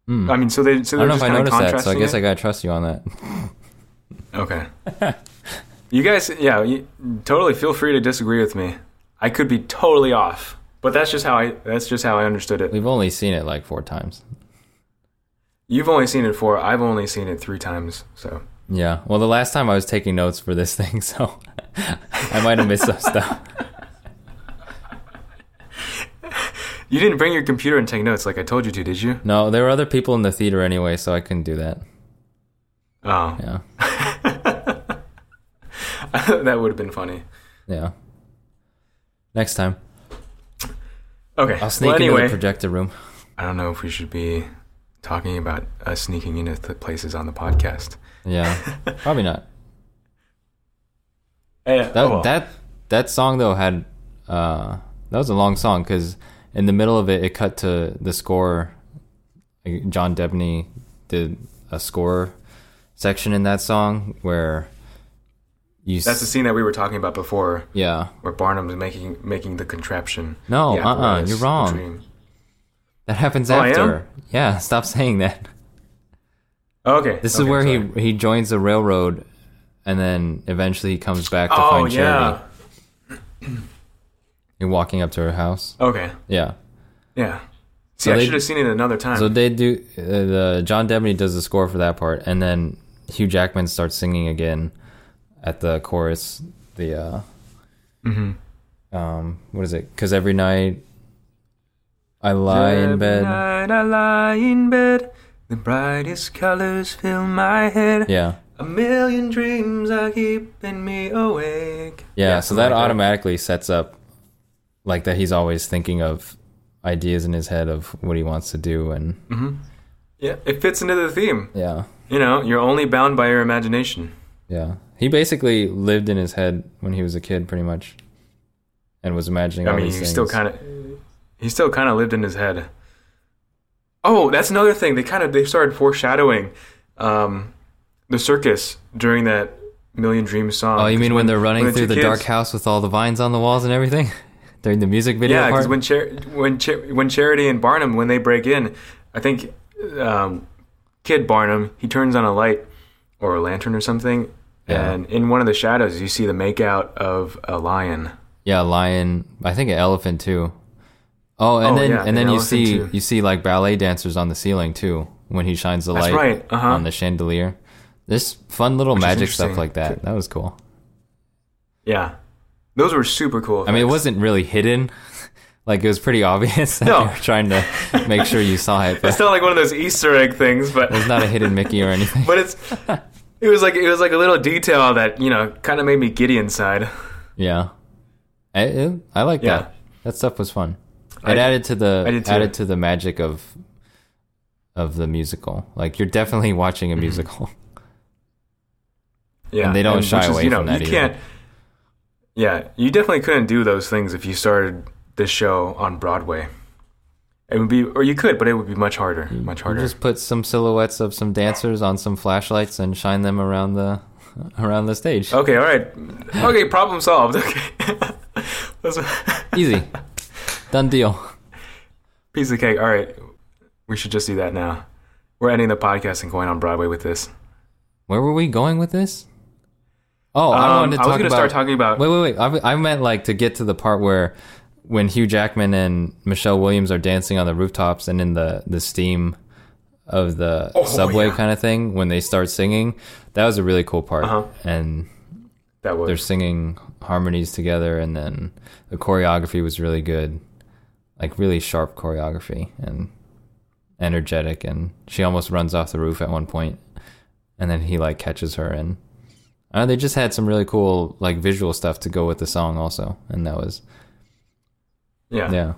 Speaker 2: Mm.
Speaker 1: I mean, so they so
Speaker 2: I
Speaker 1: they're
Speaker 2: don't know if
Speaker 1: just
Speaker 2: I
Speaker 1: kind of
Speaker 2: noticed that, so I
Speaker 1: contrasting.
Speaker 2: guess I
Speaker 1: it?
Speaker 2: gotta trust you on that.
Speaker 1: okay. [LAUGHS] you guys, yeah, you, totally feel free to disagree with me. I could be totally off, but that's just how I that's just how I understood it.
Speaker 2: We've only seen it like four times.
Speaker 1: You've only seen it four. I've only seen it three times. So
Speaker 2: Yeah. Well, the last time I was taking notes for this [LAUGHS] thing, so I might have missed some stuff.
Speaker 1: you didn't bring your computer and take notes like I told you to, did you?
Speaker 2: No, there were other people in the theater anyway, so I couldn't do that.
Speaker 1: Oh, [LAUGHS]
Speaker 2: Yeah.
Speaker 1: that would have been funny.
Speaker 2: Yeah. Next time,
Speaker 1: Okay.
Speaker 2: I'll sneak
Speaker 1: well, anyway,
Speaker 2: into the projector room.
Speaker 1: I don't know if we should be talking about us sneaking into th- places on the podcast. [LAUGHS]
Speaker 2: Yeah. Probably not.
Speaker 1: Eh,
Speaker 2: That
Speaker 1: oh well.
Speaker 2: that that song though had uh that was a long song because in the middle of it it cut to the score. Like, John Debney did a score section in that song where you
Speaker 1: that's the
Speaker 2: s-
Speaker 1: scene that we were talking about before.
Speaker 2: yeah
Speaker 1: where Barnum's making making the contraption.
Speaker 2: No,
Speaker 1: the
Speaker 2: uh-uh,
Speaker 1: apparatus,
Speaker 2: you're
Speaker 1: the
Speaker 2: wrong.
Speaker 1: dream.
Speaker 2: that happens
Speaker 1: Oh, I am?
Speaker 2: after yeah stop saying that.
Speaker 1: Okay,
Speaker 2: This is
Speaker 1: okay,
Speaker 2: where
Speaker 1: sorry.
Speaker 2: he he joins the railroad, and then eventually he comes back to
Speaker 1: Oh
Speaker 2: find Charity.
Speaker 1: yeah.
Speaker 2: You're walking up to her house.
Speaker 1: Okay.
Speaker 2: Yeah.
Speaker 1: Yeah. See, I
Speaker 2: they-
Speaker 1: should have seen it another time.
Speaker 2: So they do uh, the John Debney does the score for that part, and then Hugh Jackman starts singing again at the chorus. The uh,
Speaker 1: Mm-hmm.
Speaker 2: um, what is it? Because every night I lie in bed.
Speaker 1: Every night I lie in bed. The brightest colors fill my head.
Speaker 2: Yeah,
Speaker 1: A million dreams are keeping me awake.
Speaker 2: Yeah, so
Speaker 1: something
Speaker 2: that
Speaker 1: like
Speaker 2: automatically sets up like that he's always thinking of ideas in his head of what he wants to
Speaker 1: [LAUGHS]
Speaker 2: do and
Speaker 1: Yeah, it fits into the theme.
Speaker 2: yeah.
Speaker 1: You know, you're only bound by your imagination.
Speaker 2: Yeah. He basically lived in his head when he was a kid pretty much and was imagining
Speaker 1: I
Speaker 2: all
Speaker 1: mean,
Speaker 2: these
Speaker 1: he
Speaker 2: things.
Speaker 1: still kind of he still kind of lived in his head. Oh, that's another thing. They kind of they started foreshadowing um, the circus during that Million Dreams song.
Speaker 2: Oh, you mean when they're running
Speaker 1: when the
Speaker 2: through
Speaker 1: two
Speaker 2: the dark
Speaker 1: kids-
Speaker 2: house with all the vines on the walls and everything [LAUGHS] during the music video
Speaker 1: Yeah, because
Speaker 2: part?
Speaker 1: when Char- when Char- when Charity and Barnum when they break in, I think um, Kid Barnum he turns on a light or a lantern or something,
Speaker 2: Yeah.
Speaker 1: and in one of the shadows you see the makeout of a lion.
Speaker 2: yeah, lion. I think an elephant too. Oh, and
Speaker 1: Oh,
Speaker 2: then
Speaker 1: yeah,
Speaker 2: and then
Speaker 1: an
Speaker 2: you
Speaker 1: elephant,
Speaker 2: see
Speaker 1: too.
Speaker 2: you see like ballet dancers on the ceiling too when he shines the
Speaker 1: That's
Speaker 2: light
Speaker 1: right, uh-huh.
Speaker 2: on the chandelier. This fun little
Speaker 1: is
Speaker 2: magic stuff
Speaker 1: interesting.
Speaker 2: like that. That was cool.
Speaker 1: Yeah, those were super cool.
Speaker 2: I mean, it wasn't really hidden. [LAUGHS] like it was pretty obvious that
Speaker 1: No.
Speaker 2: they were trying to make sure you saw
Speaker 1: [LAUGHS]
Speaker 2: it, but
Speaker 1: It's not like one of those Easter egg things, but
Speaker 2: it's not a hidden Mickey or anything.
Speaker 1: but
Speaker 2: [LAUGHS]
Speaker 1: it's it was like it was like a little detail that you know kind of made me giddy inside.
Speaker 2: Yeah, I, I- I like
Speaker 1: Yeah.
Speaker 2: that. That stuff was fun.
Speaker 1: I-
Speaker 2: It added to the
Speaker 1: I did too.
Speaker 2: added to the magic of of the musical. Like you're definitely watching a
Speaker 1: Mm-hmm.
Speaker 2: musical.
Speaker 1: Yeah,
Speaker 2: And they don't shy
Speaker 1: which
Speaker 2: away from that
Speaker 1: You
Speaker 2: either.
Speaker 1: can't. Yeah, you definitely couldn't do those things if you started this show on Broadway. It would be, or you could, but it would be much harder, much
Speaker 2: You
Speaker 1: harder.
Speaker 2: just put some silhouettes of some dancers on some flashlights and shine them around the [LAUGHS] around the stage.
Speaker 1: Okay, all right, okay, problem solved. [LAUGHS] Okay, That's a
Speaker 2: Easy, done deal.
Speaker 1: piece of cake. All right, we should just do that now. We're ending the podcast and going on Broadway with this.
Speaker 2: Where were we going with this? Oh, I
Speaker 1: Um,
Speaker 2: wanted to
Speaker 1: I
Speaker 2: talk
Speaker 1: was gonna
Speaker 2: about.
Speaker 1: start talking about-
Speaker 2: Wait, wait, wait. I, I meant like to get to the part where when Hugh Jackman and Michelle Williams are dancing on the rooftops and in the the steam of the subway
Speaker 1: Oh, yeah.
Speaker 2: kind of thing when they start singing. That was a really cool part,
Speaker 1: Uh-huh.
Speaker 2: and
Speaker 1: That was
Speaker 2: they're singing harmonies together, and then the choreography was really good, like really sharp choreography and energetic. And she almost runs off the roof at one point, and then he like catches her. And I don't know, they just had some really cool like visual stuff to go with the song also, and that was
Speaker 1: yeah,
Speaker 2: yeah.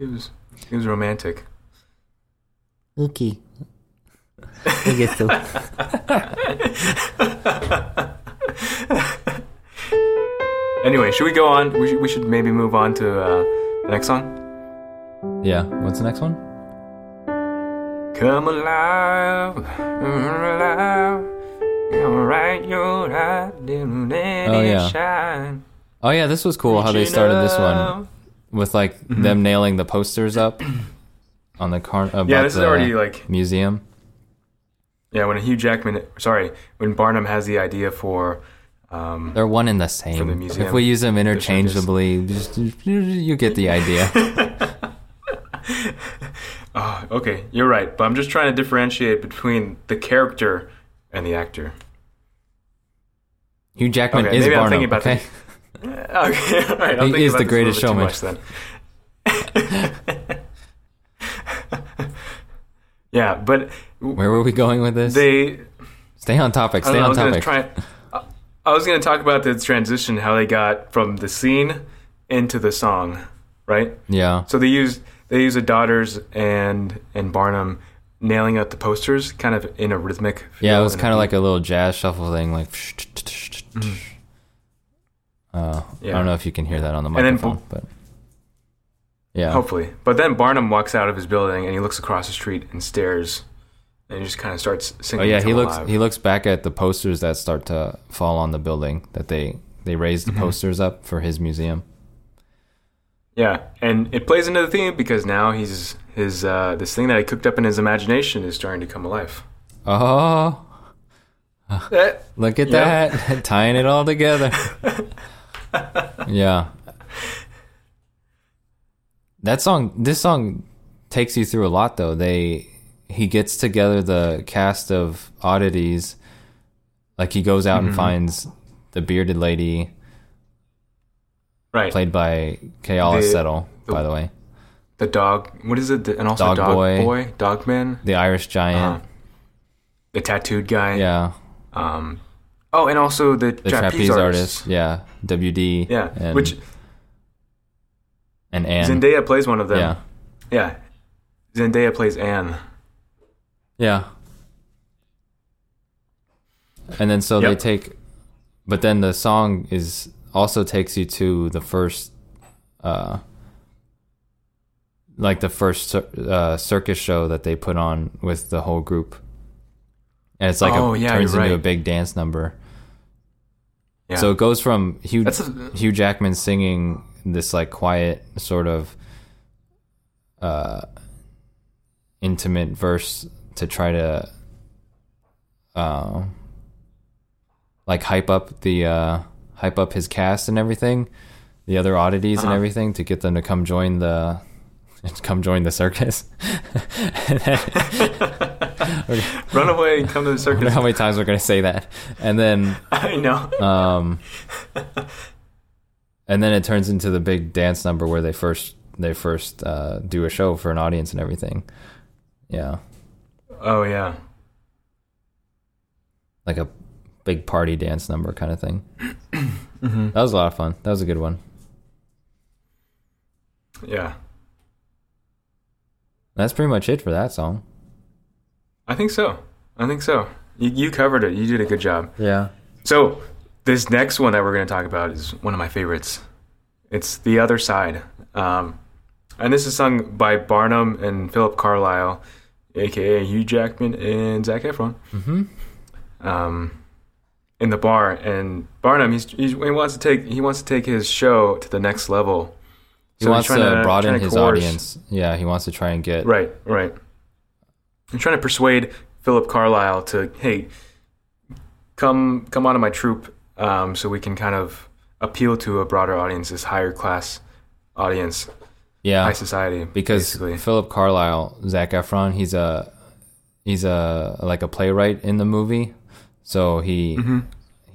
Speaker 1: It was it was romantic.
Speaker 2: Okay. I guess so.
Speaker 1: [LAUGHS] Anyway, should we go on? We should, we should maybe move on to uh, the next song.
Speaker 2: Yeah. What's the next one?
Speaker 1: Come alive, come alive, come right your eye, dim let
Speaker 2: Oh,
Speaker 1: it
Speaker 2: yeah.
Speaker 1: shine.
Speaker 2: Oh yeah, this was cool how they
Speaker 1: Reaching
Speaker 2: started this one
Speaker 1: up.
Speaker 2: with like them nailing the posters up on the car. About
Speaker 1: Mm-hmm. Yeah, this is
Speaker 2: the
Speaker 1: already like
Speaker 2: museum.
Speaker 1: yeah. When Hugh Jackman, sorry, when Barnum has the idea for, um,
Speaker 2: They're one and the same.
Speaker 1: the museum.
Speaker 2: If we use them
Speaker 1: just-
Speaker 2: interchangeably, just, you get the idea.
Speaker 1: [LAUGHS] oh, okay, you're right, but I'm just trying to differentiate between the character and the actor.
Speaker 2: Hugh Jackman
Speaker 1: Okay,
Speaker 2: is
Speaker 1: maybe I'm
Speaker 2: Barnum.
Speaker 1: thinking about
Speaker 2: okay,
Speaker 1: [LAUGHS] Okay, all right. I'll
Speaker 2: He
Speaker 1: think
Speaker 2: is
Speaker 1: about
Speaker 2: the
Speaker 1: this a little
Speaker 2: greatest
Speaker 1: bit too
Speaker 2: showman.
Speaker 1: much then. [LAUGHS] yeah, but
Speaker 2: where were we going with this?
Speaker 1: they.
Speaker 2: Stay on topic.
Speaker 1: I, don't
Speaker 2: Stay
Speaker 1: know, I
Speaker 2: on
Speaker 1: was going to
Speaker 2: topic.
Speaker 1: try. I- I was going to talk about the transition, how they got from the scene into the song, right?
Speaker 2: yeah,
Speaker 1: So they used they used the daughters and and Barnum nailing up the posters, kind of in a rhythmic.
Speaker 2: yeah. It
Speaker 1: feel
Speaker 2: was
Speaker 1: and a
Speaker 2: kind
Speaker 1: beat.
Speaker 2: of like a little jazz shuffle thing. Like, uh, I
Speaker 1: Mm. Yeah.
Speaker 2: don't know if you can hear that on the
Speaker 1: then
Speaker 2: microphone, but yeah,
Speaker 1: Hopefully. But then Barnum walks out of his building and he looks across the street and stares and he just kind of starts
Speaker 2: Oh
Speaker 1: singing.
Speaker 2: yeah, he
Speaker 1: "Come
Speaker 2: looks
Speaker 1: Alive."
Speaker 2: he looks back at the posters that start to fall on the building that they they raised
Speaker 1: Mm-hmm.
Speaker 2: the posters up for his museum.
Speaker 1: Yeah, and it plays into the theme because now he's his uh, this thing that he cooked up in his imagination is starting to come alive.
Speaker 2: Oh,
Speaker 1: Eh,
Speaker 2: look at
Speaker 1: Yep.
Speaker 2: that, [LAUGHS] tying it
Speaker 1: [LAUGHS]
Speaker 2: all together. yeah, that song. This song takes you through a lot, though. They he gets together the cast of oddities, like he goes out
Speaker 1: Mm-hmm.
Speaker 2: and finds the bearded lady
Speaker 1: right.
Speaker 2: played by Kayala
Speaker 1: The-
Speaker 2: Settle.
Speaker 1: the-
Speaker 2: by the way,
Speaker 1: The dog. What is it? The- And also
Speaker 2: Dog
Speaker 1: dog,
Speaker 2: boy.
Speaker 1: boy, dog man, Uh-huh.
Speaker 2: the Irish giant.
Speaker 1: the tattooed guy.
Speaker 2: Yeah.
Speaker 1: Um, oh, and also the,
Speaker 2: the trapeze, artist. Yeah, WD.
Speaker 1: Yeah,
Speaker 2: and,
Speaker 1: which
Speaker 2: and Anne.
Speaker 1: Zendaya plays one of them.
Speaker 2: Yeah,
Speaker 1: Yeah. Zendaya plays Anne.
Speaker 2: yeah. And then so they
Speaker 1: Yep.
Speaker 2: take, but then the song is also takes you to the first, uh, like the first cir- uh, circus show that they put on with the whole group. And it's like
Speaker 1: Oh,
Speaker 2: a,
Speaker 1: yeah,
Speaker 2: turns
Speaker 1: you're
Speaker 2: into a
Speaker 1: right.
Speaker 2: big dance number.
Speaker 1: Yeah.
Speaker 2: So it goes from Hugh
Speaker 1: That's a-
Speaker 2: Hugh Jackman singing this like quiet sort of uh intimate verse to try to uh, like hype up the uh hype up his cast and everything, the other oddities
Speaker 1: Uh-huh.
Speaker 2: and everything to get them to come join the [LAUGHS] come join the circus. [LAUGHS] And then-
Speaker 1: [LAUGHS] Run away, come to the
Speaker 2: I don't know [LAUGHS]
Speaker 1: circus. [LAUGHS]
Speaker 2: how many times we're gonna say that. And then
Speaker 1: I know.
Speaker 2: um, and then it turns into the big dance number where they first they first uh, do a show for an audience and everything. Yeah,
Speaker 1: Oh yeah.
Speaker 2: like a big party dance number kind of thing.
Speaker 1: Mm-hmm.
Speaker 2: That was a lot of fun. That was a good one.
Speaker 1: Yeah.
Speaker 2: That's pretty much it for that song.
Speaker 1: I think so. I think so. You, you covered it. You did a good job.
Speaker 2: Yeah.
Speaker 1: So, this next one that we're going to talk about is one of my favorites. It's The Other Side. Um, and this is sung by Barnum and Philip Carlisle, aka Hugh Jackman and Zach Efron,
Speaker 2: Mm-hmm.
Speaker 1: um, in the bar. And Barnum, he's, he's, he wants to take he wants to take his show to the next level.
Speaker 2: He
Speaker 1: So he's
Speaker 2: wants to,
Speaker 1: trying to-
Speaker 2: broaden
Speaker 1: trying to
Speaker 2: his
Speaker 1: coerce-
Speaker 2: audience. Yeah, he wants to try and get
Speaker 1: Right, right. I'm trying to persuade Philip Carlisle to, hey, come come onto my troupe, um, so we can kind of appeal to a broader audience, this higher class audience,
Speaker 2: yeah
Speaker 1: high society.
Speaker 2: because
Speaker 1: basically.
Speaker 2: Philip Carlisle, Zach Efron, he's a he's a like a playwright in the movie, so he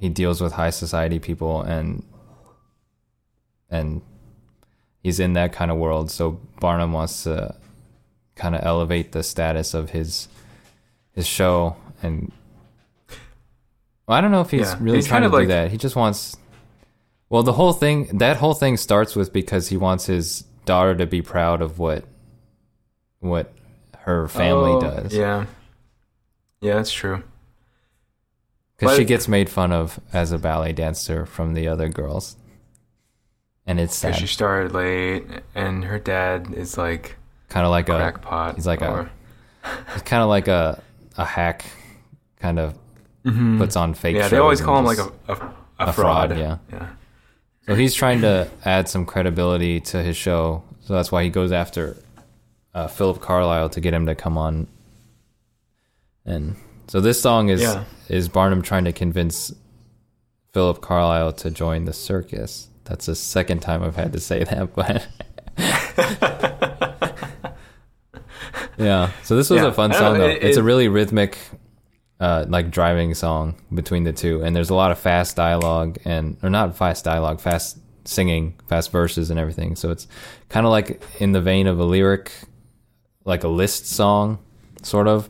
Speaker 2: he deals with high society people and and he's in that kind of world. So Barnum wants to kind of elevate the status of his his show and well, I don't know if he's
Speaker 1: Yeah,
Speaker 2: really
Speaker 1: he's
Speaker 2: trying
Speaker 1: kind
Speaker 2: to
Speaker 1: of like-
Speaker 2: do that. He just wants well, the whole thing that whole thing starts with because he wants his daughter to be proud of what what her family
Speaker 1: Oh,
Speaker 2: does.
Speaker 1: Yeah, yeah, that's true.
Speaker 2: Because she
Speaker 1: But-
Speaker 2: gets made fun of as a ballet dancer from the other girls. And it's
Speaker 1: Because
Speaker 2: sad.
Speaker 1: she started late, and her dad is like
Speaker 2: Kind of like a
Speaker 1: crackpot.
Speaker 2: he's like a-
Speaker 1: or-
Speaker 2: it's kind of like a a hack kind of puts on fake
Speaker 1: Mm. Mm-hmm. yeah. They
Speaker 2: shows
Speaker 1: always
Speaker 2: and
Speaker 1: call him like
Speaker 2: just-
Speaker 1: a a, a,
Speaker 2: a
Speaker 1: fraud.
Speaker 2: fraud, yeah.
Speaker 1: yeah.
Speaker 2: So he's trying to add some credibility to his show. So that's why he goes after uh, Philip Carlisle to get him to come on. And so this song is
Speaker 1: Yeah.
Speaker 2: is Barnum trying to convince Philip Carlisle to join the circus. That's the second time I've had to say that, but [LAUGHS] yeah. So this was
Speaker 1: Yeah.
Speaker 2: a fun
Speaker 1: I don't know,
Speaker 2: song though.
Speaker 1: it-
Speaker 2: it's a
Speaker 1: it-
Speaker 2: really rhythmic uh, like driving song between the two, and there's a lot of fast dialogue and or not fast dialogue, fast singing, fast verses and everything. So it's kind of like in the vein of a lyric, like a list song, sort of.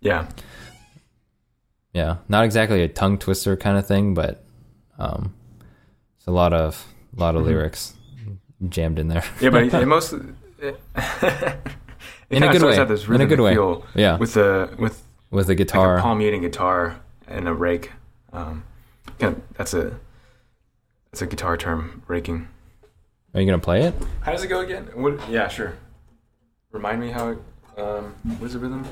Speaker 1: Yeah.
Speaker 2: Yeah, not exactly a tongue twister kind of thing, but um, it's a lot of lot of
Speaker 1: Mm-hmm.
Speaker 2: lyrics jammed in there.
Speaker 1: Yeah, but it
Speaker 2: [LAUGHS]
Speaker 1: mostly it,
Speaker 2: In
Speaker 1: kinda
Speaker 2: a good
Speaker 1: starts
Speaker 2: way.
Speaker 1: out this
Speaker 2: In a good
Speaker 1: rhythmic
Speaker 2: way.
Speaker 1: feel
Speaker 2: Yeah,
Speaker 1: with
Speaker 2: with,
Speaker 1: the with
Speaker 2: the
Speaker 1: like
Speaker 2: guitar.
Speaker 1: a palm muting guitar and a rake. Um, kind of- that's a that's a guitar term, raking.
Speaker 2: Are you gonna play it?
Speaker 1: How does it go again? What, yeah, sure. Remind me how. it- Um, what's the rhythm?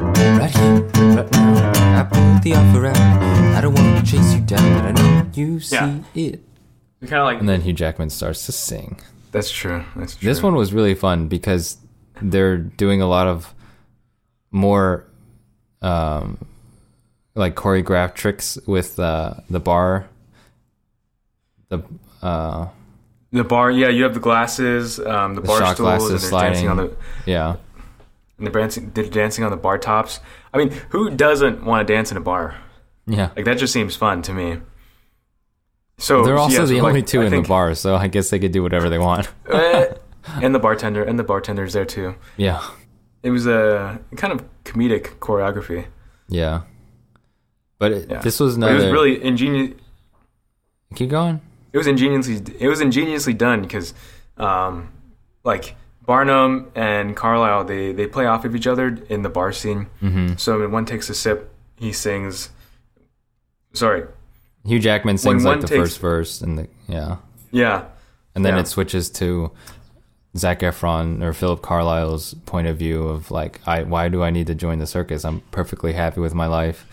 Speaker 3: Right here, right now, I pulled the offer out. I don't want to chase you down, but I know you see
Speaker 1: Yeah.
Speaker 3: it.
Speaker 1: Kind of like
Speaker 2: And then Hugh Jackman starts to sing.
Speaker 1: that's true. That's true.
Speaker 2: This one was really fun because they're doing a lot of more um, like choreographed tricks with uh, the bar. The uh,
Speaker 1: the bar. Yeah, you have the glasses, um, the, bar
Speaker 2: shot
Speaker 1: stools, and
Speaker 2: glasses
Speaker 1: they're dancing on
Speaker 2: sliding.
Speaker 1: the
Speaker 2: yeah,
Speaker 1: and they're dancing, they're dancing on the bar tops. I mean, who doesn't want to dance in a bar?
Speaker 2: yeah.
Speaker 1: Like that just seems fun to me. So
Speaker 2: They're
Speaker 1: so
Speaker 2: also
Speaker 1: yeah, so,
Speaker 2: the
Speaker 1: Oh, like,
Speaker 2: only two
Speaker 1: I
Speaker 2: in
Speaker 1: think- [LAUGHS]
Speaker 2: the bar, so I guess they could do whatever they want. [LAUGHS]
Speaker 1: uh, and the bartender, and the bartender's there too.
Speaker 2: Yeah.
Speaker 1: It was a kind of comedic choreography.
Speaker 2: Yeah. But it,
Speaker 1: Yeah.
Speaker 2: this was
Speaker 1: But
Speaker 2: another.
Speaker 1: it was really ingenious.
Speaker 2: Keep going.
Speaker 1: It was ingeniously. It was ingeniously done because, um, like Barnum and Carlyle, they they play off of each other in the bar scene.
Speaker 2: hmm
Speaker 1: So when one takes a sip, he sings. Sorry.
Speaker 2: Hugh Jackman sings
Speaker 1: one
Speaker 2: like the
Speaker 1: takes-
Speaker 2: first verse and the yeah,
Speaker 1: Yeah.
Speaker 2: and then
Speaker 1: Yeah.
Speaker 2: it switches to Zach Efron or Philip Carlyle's point of view of like, I why do I need to join the circus? I'm perfectly happy with my life.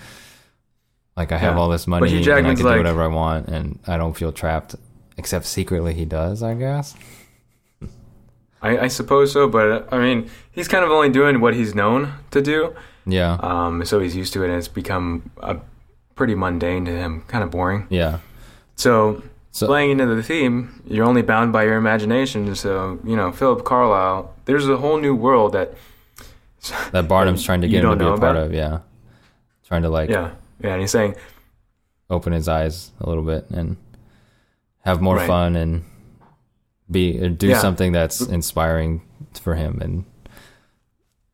Speaker 2: Like I have
Speaker 1: Yeah.
Speaker 2: all this
Speaker 1: But
Speaker 2: money
Speaker 1: Hugh
Speaker 2: and I can
Speaker 1: Jackman's
Speaker 2: do
Speaker 1: like-
Speaker 2: whatever I want, and I don't feel trapped. Except secretly he does, I guess.
Speaker 1: I, I suppose so, but I mean, he's kind of only doing what he's known to do.
Speaker 2: Yeah,
Speaker 1: Um, so he's used to it, and it's become a pretty mundane to him, kind of boring.
Speaker 2: yeah.
Speaker 1: So,
Speaker 2: So-
Speaker 1: playing into the theme, you're only bound by your imagination. So, you know, Philip Carlyle, there's a whole new world that,
Speaker 2: That Barnum's trying to
Speaker 1: You
Speaker 2: get him to
Speaker 1: don't
Speaker 2: be a
Speaker 1: know
Speaker 2: part
Speaker 1: about?
Speaker 2: of. Yeah, trying to like
Speaker 1: yeah, yeah. And he's saying,
Speaker 2: open his eyes a little bit and have more
Speaker 1: Right.
Speaker 2: fun and be or do
Speaker 1: Yeah.
Speaker 2: something that's inspiring for him and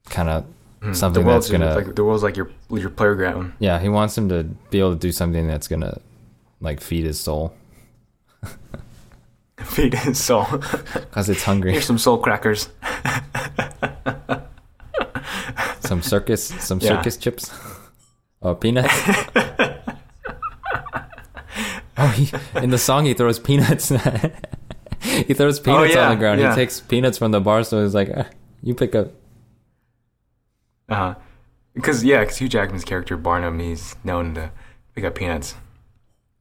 Speaker 2: kind of
Speaker 1: hmm,
Speaker 2: Something
Speaker 1: the world's
Speaker 2: that's gonna-
Speaker 1: like, the world's like your your playground. [LAUGHS]
Speaker 2: yeah he wants him to be able to do something that's gonna like feed his soul
Speaker 1: Feed his
Speaker 2: [LAUGHS]
Speaker 1: soul.
Speaker 2: because it's
Speaker 1: [LAUGHS]
Speaker 2: hungry [LAUGHS]
Speaker 1: Here's some soul crackers.
Speaker 2: some circus some
Speaker 1: Yeah.
Speaker 2: circus chips [LAUGHS]
Speaker 1: [LAUGHS]
Speaker 2: oh peanuts oh he, in the song he throws peanuts [LAUGHS] he throws peanuts
Speaker 1: Oh, yeah,
Speaker 2: on the ground
Speaker 1: yeah.
Speaker 2: he takes peanuts from the bar so he's like "Ah, you pick up
Speaker 1: Uh, because yeah, because Hugh Jackman's character Barnum, he's known to pick up peanuts.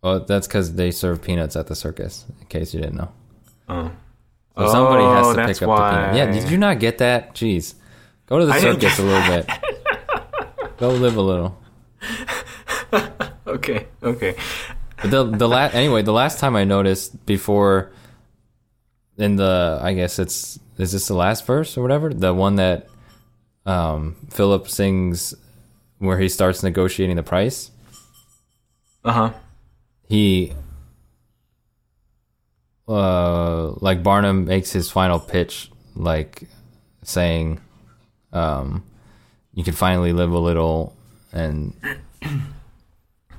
Speaker 2: Well, that's because they serve peanuts at the circus. In case you didn't know,
Speaker 1: Oh.
Speaker 2: so somebody has
Speaker 1: Oh,
Speaker 2: to
Speaker 1: that's
Speaker 2: pick up the peanut. Yeah, did
Speaker 1: why.
Speaker 2: you not get that? Jeez, go to the
Speaker 1: I didn't
Speaker 2: circus a little bit. go live a little.
Speaker 1: Okay, okay.
Speaker 2: But the the last anyway, the last time I noticed before in the I guess it's is this the last verse or whatever the one that um, Philip sings where he starts negotiating the price.
Speaker 1: Uh huh.
Speaker 2: he uh like Barnum makes his final pitch like saying um you can finally live a little and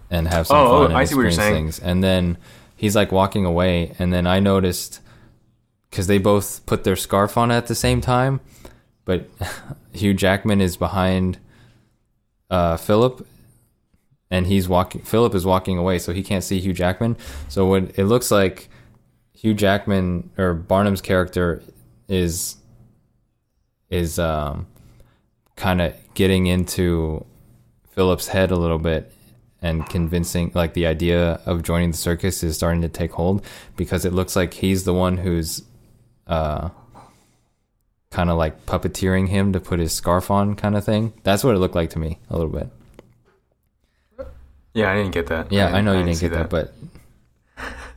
Speaker 2: and have some
Speaker 1: Oh, oh,
Speaker 2: fun and
Speaker 1: I see what you're
Speaker 2: experience
Speaker 1: saying.
Speaker 2: things and then he's like walking away and then I noticed cuz they both put their scarf on at the same time but [LAUGHS] Hugh Jackman is behind uh Philip and he's walking Philip is walking away so he can't see Hugh Jackman. So when it looks like Hugh Jackman or Barnum's character is is um kind of getting into Philip's head a little bit and convincing like the idea of joining the circus is starting to take hold because it looks like he's the one who's uh kind of like puppeteering him to put his scarf on kind of thing. That's what it looked like to me a little bit.
Speaker 1: Yeah, I didn't get that.
Speaker 2: Yeah, I, know you didn't
Speaker 1: see
Speaker 2: get that,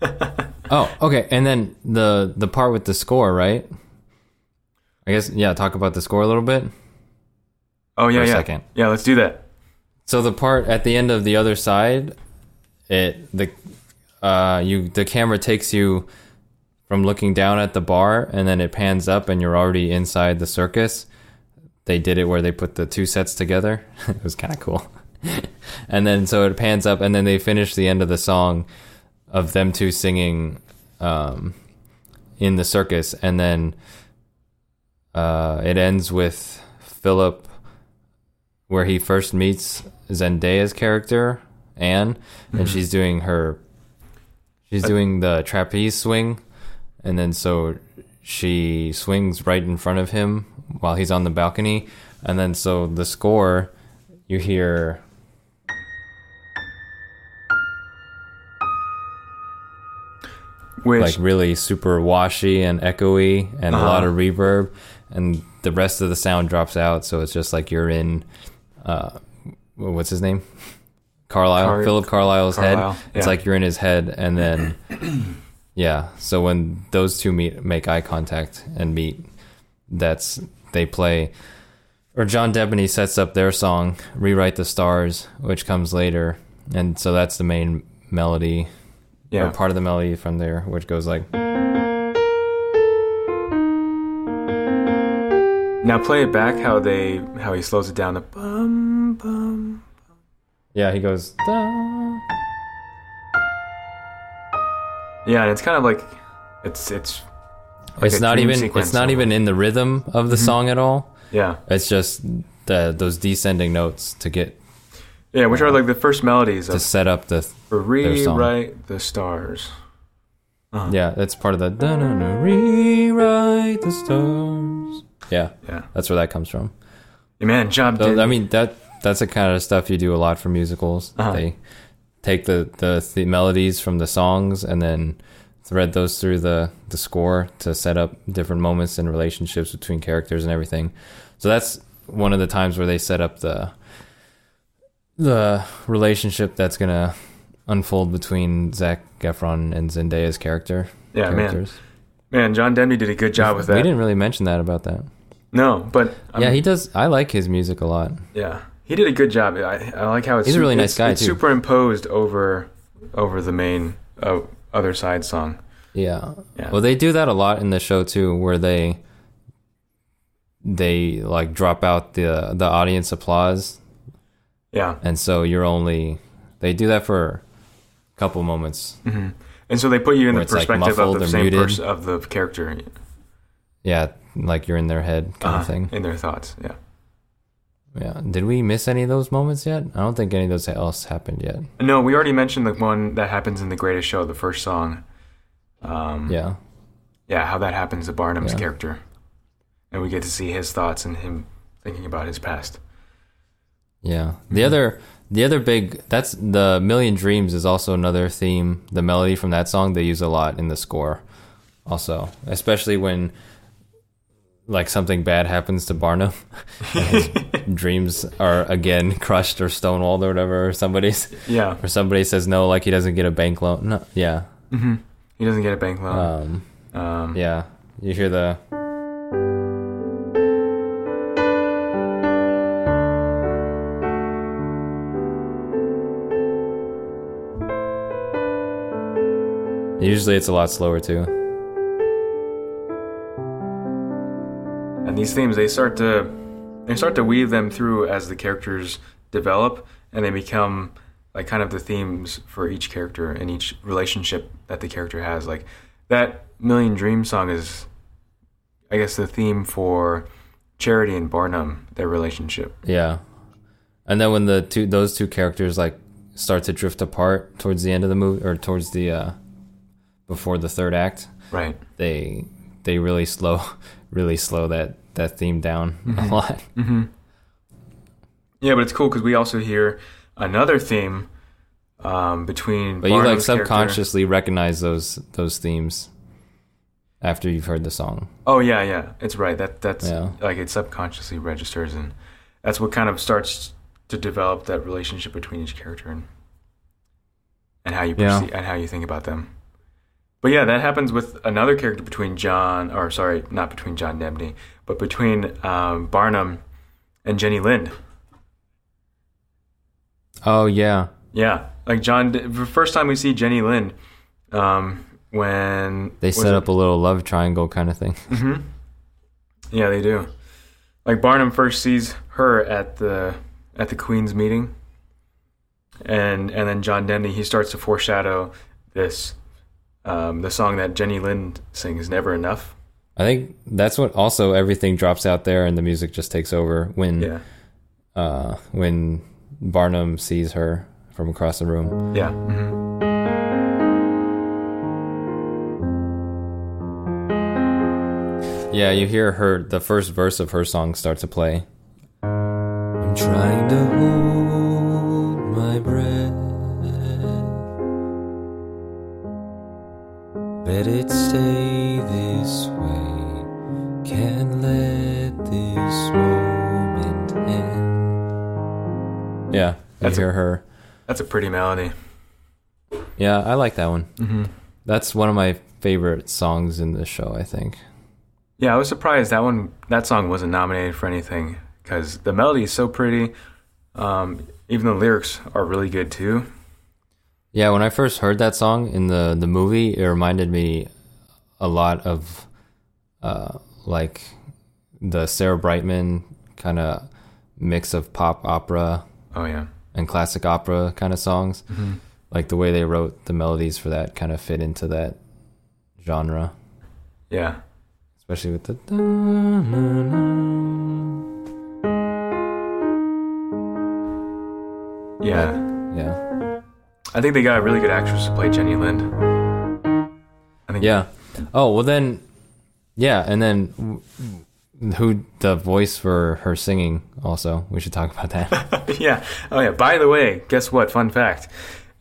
Speaker 2: but oh, okay. And then the the part with the score, right? I guess yeah. Talk about the score a little bit.
Speaker 1: oh yeah,
Speaker 2: for a
Speaker 1: yeah.
Speaker 2: second.
Speaker 1: Yeah, let's do that.
Speaker 2: So the part at the end of the other side, it the uh you the camera takes you from looking down at the bar, and then it pans up, and you're already inside the circus. They did it where they put the two sets together. [LAUGHS] it was kind of cool. [LAUGHS] and then so it pans up, and then they finish the end of the song of them two singing um, in the circus, and then uh, it ends with Philip, where he first meets Zendaya's character Anne, and she's doing her, she's doing the trapeze swing, and then so she swings right in front of him while he's on the balcony, and then so the score, you hear.
Speaker 1: Which
Speaker 2: like really super washy and echoey and a
Speaker 1: Uh-huh.
Speaker 2: lot of reverb and the rest of the sound drops out so it's just like you're in uh wh- what's his name carlisle
Speaker 1: Car-
Speaker 2: philip carlisle's
Speaker 1: Carlyle,
Speaker 2: head it's
Speaker 1: yeah.
Speaker 2: like you're in his head and
Speaker 1: [CLEARS THROAT]
Speaker 2: then yeah so when those two meet make eye contact and meet that's they play or John Debony sets up their song "Rewrite the Stars," which comes later, and so that's the main melody
Speaker 1: yeah,
Speaker 2: or part of the melody from there, which goes like.
Speaker 1: Now play it back how they how he slows it down. The bum bum.
Speaker 2: Yeah, he goes. "Da."
Speaker 1: Yeah, and it's kind of like it's it's like
Speaker 2: it's
Speaker 1: a
Speaker 2: not
Speaker 1: dream
Speaker 2: even.
Speaker 1: sequence
Speaker 2: It's not even in the rhythm of the song at all.
Speaker 1: yeah
Speaker 2: It's just the those descending notes to get
Speaker 1: yeah, which are like the first melodies
Speaker 2: to
Speaker 1: of
Speaker 2: set up the. song.
Speaker 1: rewrite the stars.
Speaker 2: Yeah, that's part of the. "Da, na, na, Rewrite the stars. Yeah,
Speaker 1: Yeah,
Speaker 2: that's where that comes from.
Speaker 1: Yeah, man, job
Speaker 2: So,
Speaker 1: did.
Speaker 2: I mean that that's the kind of stuff you do a lot for musicals.
Speaker 1: Uh-huh.
Speaker 2: They take the, the the melodies from the songs and then thread those through the the score to set up different moments and relationships between characters and everything. So that's one of the times where they set up the the relationship that's gonna unfold between Zach Efron and Zendaya's character.
Speaker 1: yeah, man,
Speaker 2: characters.
Speaker 1: man, John Denby did a good job with
Speaker 2: We
Speaker 1: that.
Speaker 2: didn't really mention that about that.
Speaker 1: No, but um,
Speaker 2: yeah, he does. I like his music a lot.
Speaker 1: yeah, he did a good job. I, I like how it's
Speaker 2: He's a
Speaker 1: su-
Speaker 2: really nice
Speaker 1: it's-
Speaker 2: guy,
Speaker 1: It's
Speaker 2: too.
Speaker 1: superimposed over over the main uh, other side song.
Speaker 2: Yeah.
Speaker 1: Yeah.
Speaker 2: Well, they do that a lot in the show too, where they they like drop out the the audience applause,
Speaker 1: Yeah,
Speaker 2: and so you're only they do that for a couple moments.
Speaker 1: Mm-hmm. and so they put you in
Speaker 2: Where
Speaker 1: the
Speaker 2: it's, like,
Speaker 1: perspective
Speaker 2: muffled
Speaker 1: of the
Speaker 2: or
Speaker 1: same
Speaker 2: muted.
Speaker 1: person of the character uh, kind
Speaker 2: Yeah, like you're in their head kind of thing.
Speaker 1: in their thoughts. Yeah,
Speaker 2: Yeah. Did we miss any of those moments yet? I don't think any of those else happened yet.
Speaker 1: no, we already mentioned the one that happens in the Greatest Show, the first song. Um,
Speaker 2: Yeah.
Speaker 1: yeah, how that happens to Barnum's
Speaker 2: Yeah.
Speaker 1: character, and we get to see his thoughts and him thinking about his past.
Speaker 2: Yeah. The other the other big that's the Million Dreams is also another theme. The melody from that song they use a lot in the score also, especially when like something bad happens to Barnum. [LAUGHS] and his dreams are again [LAUGHS] crushed or stonewalled or whatever or somebody's
Speaker 1: Yeah,
Speaker 2: or somebody says no like he doesn't get a bank loan. No, yeah.
Speaker 1: mm-hmm. he doesn't get a bank loan.
Speaker 2: Um
Speaker 1: um,
Speaker 2: yeah. You hear the Usually it's a lot slower too.
Speaker 1: and these themes they start to they start to weave them through as the characters develop, and they become like kind of the themes for each character and each relationship that the character has. Like that Million Dream song is, I guess, the theme for Charity and Barnum, their relationship.
Speaker 2: Yeah. And then when the two those two characters like start to drift apart towards the end of the movie or towards the uh before the third act,
Speaker 1: Right.
Speaker 2: they they really slow [LAUGHS] really slow that that theme down a lot.
Speaker 1: Yeah, but it's cool because we also hear another theme um, between.
Speaker 2: But you like
Speaker 1: Barnum's character-
Speaker 2: subconsciously recognize those those themes after you've heard the song.
Speaker 1: Oh yeah, yeah, it's right. That that's
Speaker 2: Yeah.
Speaker 1: like it subconsciously registers, and that's what kind of starts to develop that relationship between each character and and how you
Speaker 2: Yeah.
Speaker 1: perceive, and how you think about them. But yeah, that happens with another character between John, or sorry, not between John Debney, but between um, Barnum and Jenny Lind.
Speaker 2: Oh yeah,
Speaker 1: Yeah, like John. The first time we see Jenny Lind, um, when
Speaker 2: they
Speaker 1: was
Speaker 2: set
Speaker 1: it-
Speaker 2: up a little love triangle kind of thing.
Speaker 1: hmm Yeah, they do. Like Barnum first sees her at the at the Queen's meeting, and and then John Denny he starts to foreshadow this um, the song that Jenny Lind sings, "Never Enough."
Speaker 2: I think that's what also everything drops out there and the music just takes over when
Speaker 1: Yeah,
Speaker 2: uh when Barnum sees her from across the room.
Speaker 1: yeah. hmm
Speaker 2: Yeah, you hear her the first verse of her song start to play.
Speaker 3: I'm trying to hold my breath. Let it stay this way. Can't let this moment end.
Speaker 2: Yeah, you
Speaker 1: That's a-
Speaker 2: hear her.
Speaker 1: That's a pretty melody.
Speaker 2: Yeah, I like that one.
Speaker 1: hmm
Speaker 2: That's one of my favorite songs in the show. I think.
Speaker 1: Yeah, I was surprised that one that song wasn't nominated for anything because the melody is so pretty. Um, even the lyrics are really good too.
Speaker 2: Yeah, when I first heard that song in the the movie, it reminded me a lot of uh like the Sarah Brightman kind of mix of pop opera
Speaker 1: Oh yeah.
Speaker 2: and classic opera kind of songs. Like the way they wrote the melodies for that kind of fit into that genre,
Speaker 1: Yeah.
Speaker 2: especially with the. da-na-na.
Speaker 1: Yeah.
Speaker 2: Yeah.
Speaker 1: I think they got a really good actress to play Jenny Lind. I think
Speaker 2: Yeah. Oh, well then. Yeah. And then w- w- who the voice for her singing also. We should talk about
Speaker 1: [LAUGHS]
Speaker 2: that.
Speaker 1: yeah. Oh yeah. By the way, guess what? Fun fact.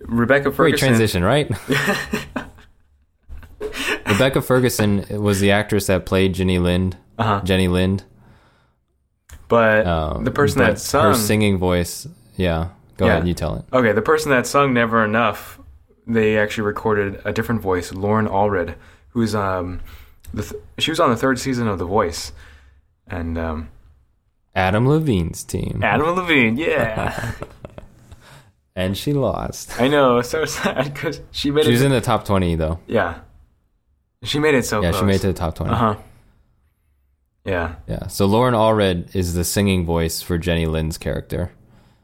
Speaker 1: Rebecca
Speaker 2: Great
Speaker 1: Ferguson. [LAUGHS]
Speaker 2: transition, right? Rebecca Ferguson was the actress that played Jenny Lind.
Speaker 1: Uh-huh.
Speaker 2: Jenny Lind.
Speaker 1: But
Speaker 2: Um,
Speaker 1: the person
Speaker 2: but
Speaker 1: that sung
Speaker 2: her singing voice. Yeah, go
Speaker 1: Yeah.
Speaker 2: ahead, you tell it.
Speaker 1: Okay, the person that sung Never Enough, they actually recorded a different voice, Lauren Allred, who's um the th- she was on the third season of The Voice. And um
Speaker 2: Adam Levine's team,
Speaker 1: Adam Levine,
Speaker 2: [LAUGHS]
Speaker 1: yeah.
Speaker 2: and she lost.
Speaker 1: I know, so sad cuz she made
Speaker 2: She
Speaker 1: it
Speaker 2: was in the top twenty though.
Speaker 1: Yeah. She made it so
Speaker 2: Yeah,
Speaker 1: close.
Speaker 2: she made it to the top 20
Speaker 1: Uh-huh. Yeah.
Speaker 2: Yeah, so Lauren Allred is the singing voice for Jenny Lynn's character,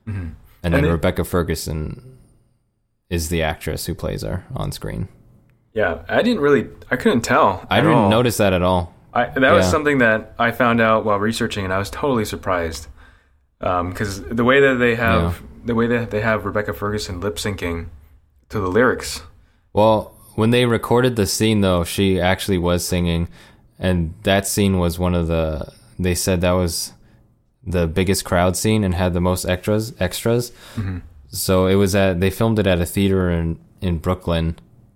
Speaker 2: and then
Speaker 1: Mm-hmm. And it-
Speaker 2: Rebecca Ferguson is the actress who plays her on screen.
Speaker 1: Yeah, I didn't really I couldn't tell.
Speaker 2: I
Speaker 1: at
Speaker 2: didn't
Speaker 1: all.
Speaker 2: notice that at all.
Speaker 1: I, that was
Speaker 2: Yeah.
Speaker 1: something that I found out while researching, and I was totally surprised because the way that they have the way that they have Rebecca Ferguson lip syncing to the lyrics. [LAUGHS]
Speaker 2: Well, when they recorded the scene, though, she actually was singing, and that scene was one of the. They said that was the biggest crowd scene and had the most extras. Extras. So it was at. They filmed it at a theater in in Brooklyn.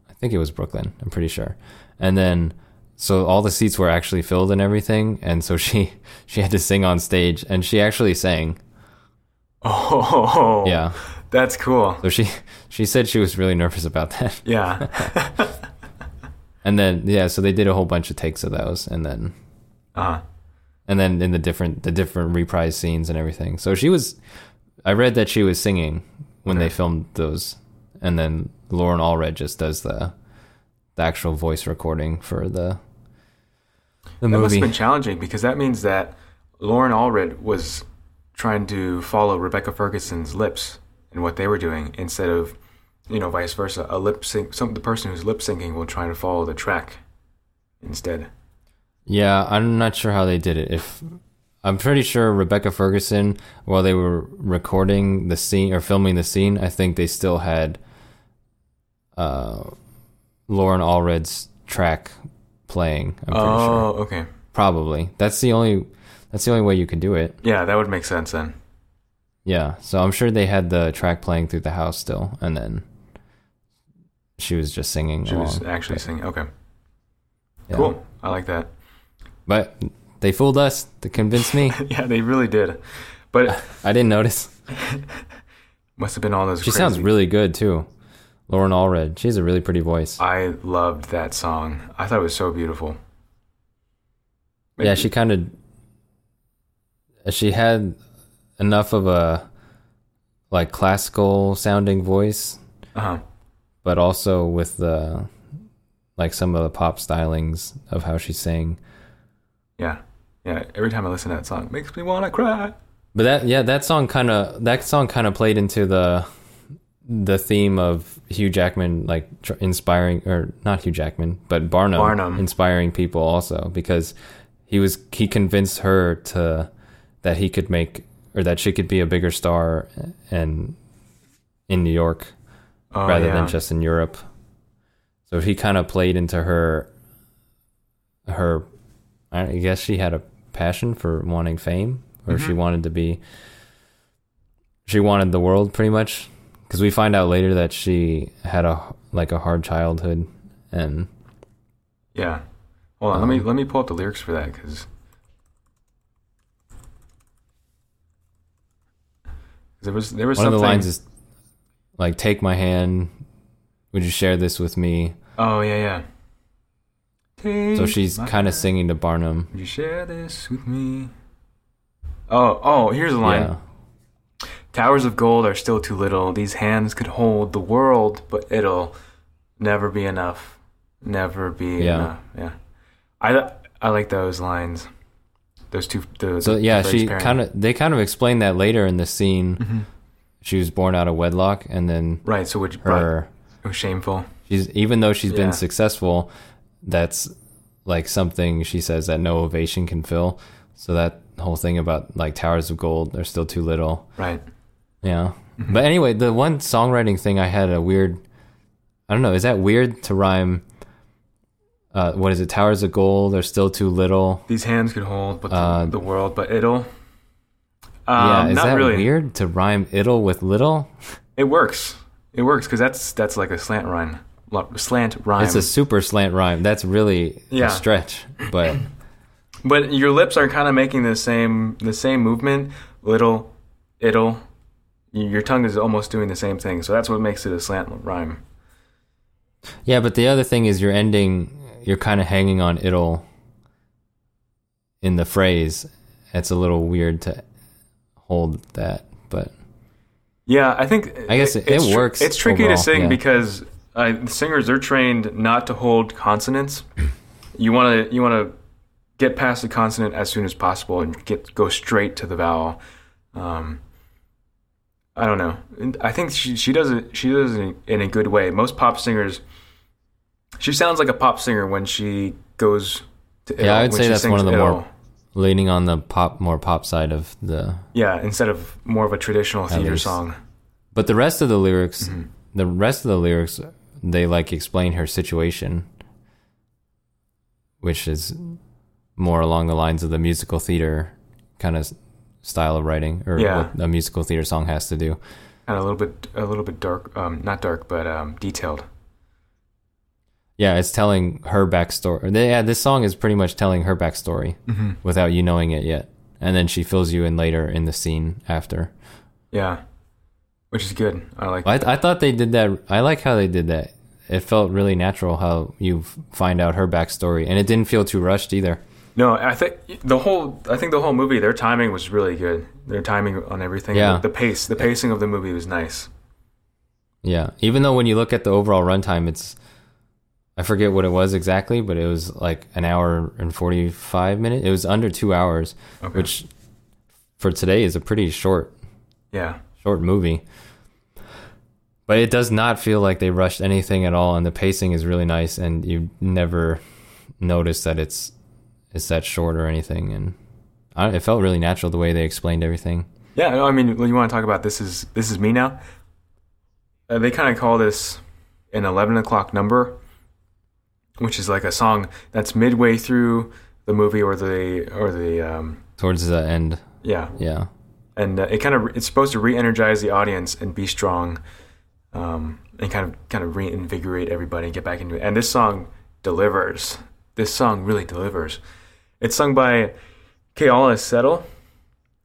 Speaker 2: I think it was Brooklyn. I'm pretty sure. And then, so all the seats were actually filled and everything, and so [LAUGHS] she she had to sing on stage, and she actually sang.
Speaker 1: Oh,
Speaker 2: Yeah.
Speaker 1: that's cool.
Speaker 2: So she she said she was really nervous about that. [LAUGHS]
Speaker 1: Yeah,
Speaker 2: And then yeah, so they did a whole bunch of takes of those, and then,
Speaker 1: Uh-huh.
Speaker 2: and then in the different the different reprise scenes and everything. So she was, I read that she was singing when they filmed those, and then Lauren Allred just does the, the actual voice recording for the, the
Speaker 1: that must
Speaker 2: movie.
Speaker 1: have been challenging because that means that Lauren Allred was trying to follow Rebecca Ferguson's lips and what they were doing instead of you know vice versa. A lip sync, some the person who's lip syncing will try to follow the track instead.
Speaker 2: Yeah, I'm not sure how they did it. If I'm pretty sure Rebecca Ferguson, while they were recording the scene or filming the scene, I think they still had uh, Lauren Allred's track playing. I'm pretty sure.
Speaker 1: Oh, okay.
Speaker 2: Probably. That's the only. That's the only way you could do it.
Speaker 1: Yeah, that would make sense then.
Speaker 2: Yeah. So I'm sure they had the track playing through the house still, and then she was just singing.
Speaker 1: She was
Speaker 2: along.
Speaker 1: actually singing. Okay,
Speaker 2: Yeah.
Speaker 1: cool. I like that.
Speaker 2: But they fooled us. They convinced me.
Speaker 1: [LAUGHS] Yeah, they really did. But
Speaker 2: [LAUGHS]
Speaker 1: it
Speaker 2: I didn't notice.
Speaker 1: must have been all those.
Speaker 2: She sounds
Speaker 1: crazy-
Speaker 2: really good too. Lauren Allred. She has a really pretty voice.
Speaker 1: I loved that song. I thought it was so beautiful.
Speaker 2: Yeah, she kind of she had enough of a like classical sounding voice,
Speaker 1: Uh huh.
Speaker 2: but also with the like some of the pop stylings of how she sang.
Speaker 1: Yeah, yeah. Every time I listen to that song, it makes me wanna cry.
Speaker 2: But that yeah, that song kind of that song kind of played into the the theme of Hugh Jackman like tr- inspiring or not Hugh Jackman, but Barnum,
Speaker 1: Barnum.
Speaker 2: inspiring people also because he was he convinced her to that he could make or that she could be a bigger star and in New York
Speaker 1: Oh,
Speaker 2: rather
Speaker 1: yeah.
Speaker 2: than just in Europe. So he kind of played into her her I guess she had a passion for wanting fame or
Speaker 1: Mm-hmm.
Speaker 2: she wanted to be she wanted the world pretty much cuz we find out later that she had a like a hard childhood and
Speaker 1: yeah. Hold on. let me
Speaker 2: Um,
Speaker 1: let me pull up the lyrics for that because. There was there was
Speaker 2: one of
Speaker 1: something.
Speaker 2: the lines is like take my hand would you share this with me
Speaker 1: oh yeah yeah.
Speaker 2: so she's kind of singing to Barnum
Speaker 1: Would you share this with me? Oh, oh, here's a line.
Speaker 2: yeah
Speaker 1: Towers of gold are still too little. These hands could hold the world, but it'll never be enough. Never be
Speaker 2: Yeah.
Speaker 1: enough. Yeah. I I like those lines. those two. The,
Speaker 2: So
Speaker 1: the
Speaker 2: yeah, she
Speaker 1: parents.
Speaker 2: kind of they kind of explained that later in the scene. She was born out of wedlock, and then
Speaker 1: Mm-hmm. right. So which right,
Speaker 2: her
Speaker 1: it was shameful.
Speaker 2: she's even though she's
Speaker 1: Yeah.
Speaker 2: been successful, that's like something she says that no ovation can fill. So that whole thing about like towers of gold are still too little.
Speaker 1: Right.
Speaker 2: Yeah.
Speaker 1: Mm-hmm.
Speaker 2: But anyway, the one songwriting thing I had a weird I don't know, is that weird to rhyme uh what is it, Towers of Gold are still too little?
Speaker 1: These hands could hold, but the,
Speaker 2: Uh,
Speaker 1: the world, but it'll. Um,
Speaker 2: yeah, is
Speaker 1: not
Speaker 2: that
Speaker 1: really.
Speaker 2: weird to rhyme iddle with little?
Speaker 1: It works. It works because that's that's like a slant rhyme. Lo- Slant rhyme.
Speaker 2: It's a super slant rhyme. That's really
Speaker 1: Yeah.
Speaker 2: a stretch. But
Speaker 1: but your lips are kind of making the same the same movement. Little, it'll. Y- Your tongue is almost doing the same thing, so that's what makes it a slant rhyme.
Speaker 2: yeah, but the other thing is you're ending you're kinda hanging on iddle in the phrase. It's a little weird to hold that, but
Speaker 1: Yeah, I think.
Speaker 2: I guess it-
Speaker 1: it's
Speaker 2: it
Speaker 1: tr-
Speaker 2: works
Speaker 1: it's tricky
Speaker 2: overall,
Speaker 1: to sing
Speaker 2: yeah.
Speaker 1: because uh, the singers they're trained not to hold consonants. You want to you want to get past the consonant as soon as possible and get go straight to the vowel. Um, I don't know. And I think she she does it she does it in a good way. Most pop singers, she sounds like a pop singer when she goes. to
Speaker 2: Yeah, I would
Speaker 1: when
Speaker 2: say
Speaker 1: she
Speaker 2: that's
Speaker 1: sings
Speaker 2: one of the more-
Speaker 1: ill.
Speaker 2: leaning on the pop more pop side of the
Speaker 1: yeah instead of more of a traditional theater
Speaker 2: least.
Speaker 1: song.
Speaker 2: But the rest of the lyrics, the rest of the lyrics, they like explain her situation, which is more along the lines of the musical theater kind of style of writing, or
Speaker 1: Yeah.
Speaker 2: what a musical theater song has to do.
Speaker 1: and a little bit a little bit dark um not dark but um detailed
Speaker 2: Yeah, it's telling her backstory. They- Yeah, this song is pretty much telling her backstory without you knowing it yet, and then she fills you in later in the scene after.
Speaker 1: yeah which is good i like
Speaker 2: I, I thought they did that. I like how they did that. It felt really natural how you f- find out her backstory, and it didn't feel too rushed either.
Speaker 1: no i think the whole i think the whole movie their timing was really good their timing on everything
Speaker 2: Yeah.
Speaker 1: the pace the pacing of the movie was nice
Speaker 2: Yeah, even though when you look at the overall runtime, it's I forget what it was exactly, but it was like an hour and forty five minutes. It was under two hours,
Speaker 1: Okay.
Speaker 2: which for today is a pretty short
Speaker 1: yeah
Speaker 2: short movie. But it does not feel like they rushed anything at all, and the pacing is really nice, and you never notice that it's it's that short or anything. And I, it felt really natural the way they explained everything.
Speaker 1: yeah no, i mean you want to talk about this is this is me now uh, they kind of call this an 11 o'clock number which is like a song that's midway through the movie or the or the um
Speaker 2: Towards the end,
Speaker 1: yeah
Speaker 2: yeah,
Speaker 1: and uh, it kind of it's supposed to re-energize the audience and be strong um, and kind of kind of reinvigorate everybody and get back into it and this song delivers this song really delivers it's sung by Keala Settle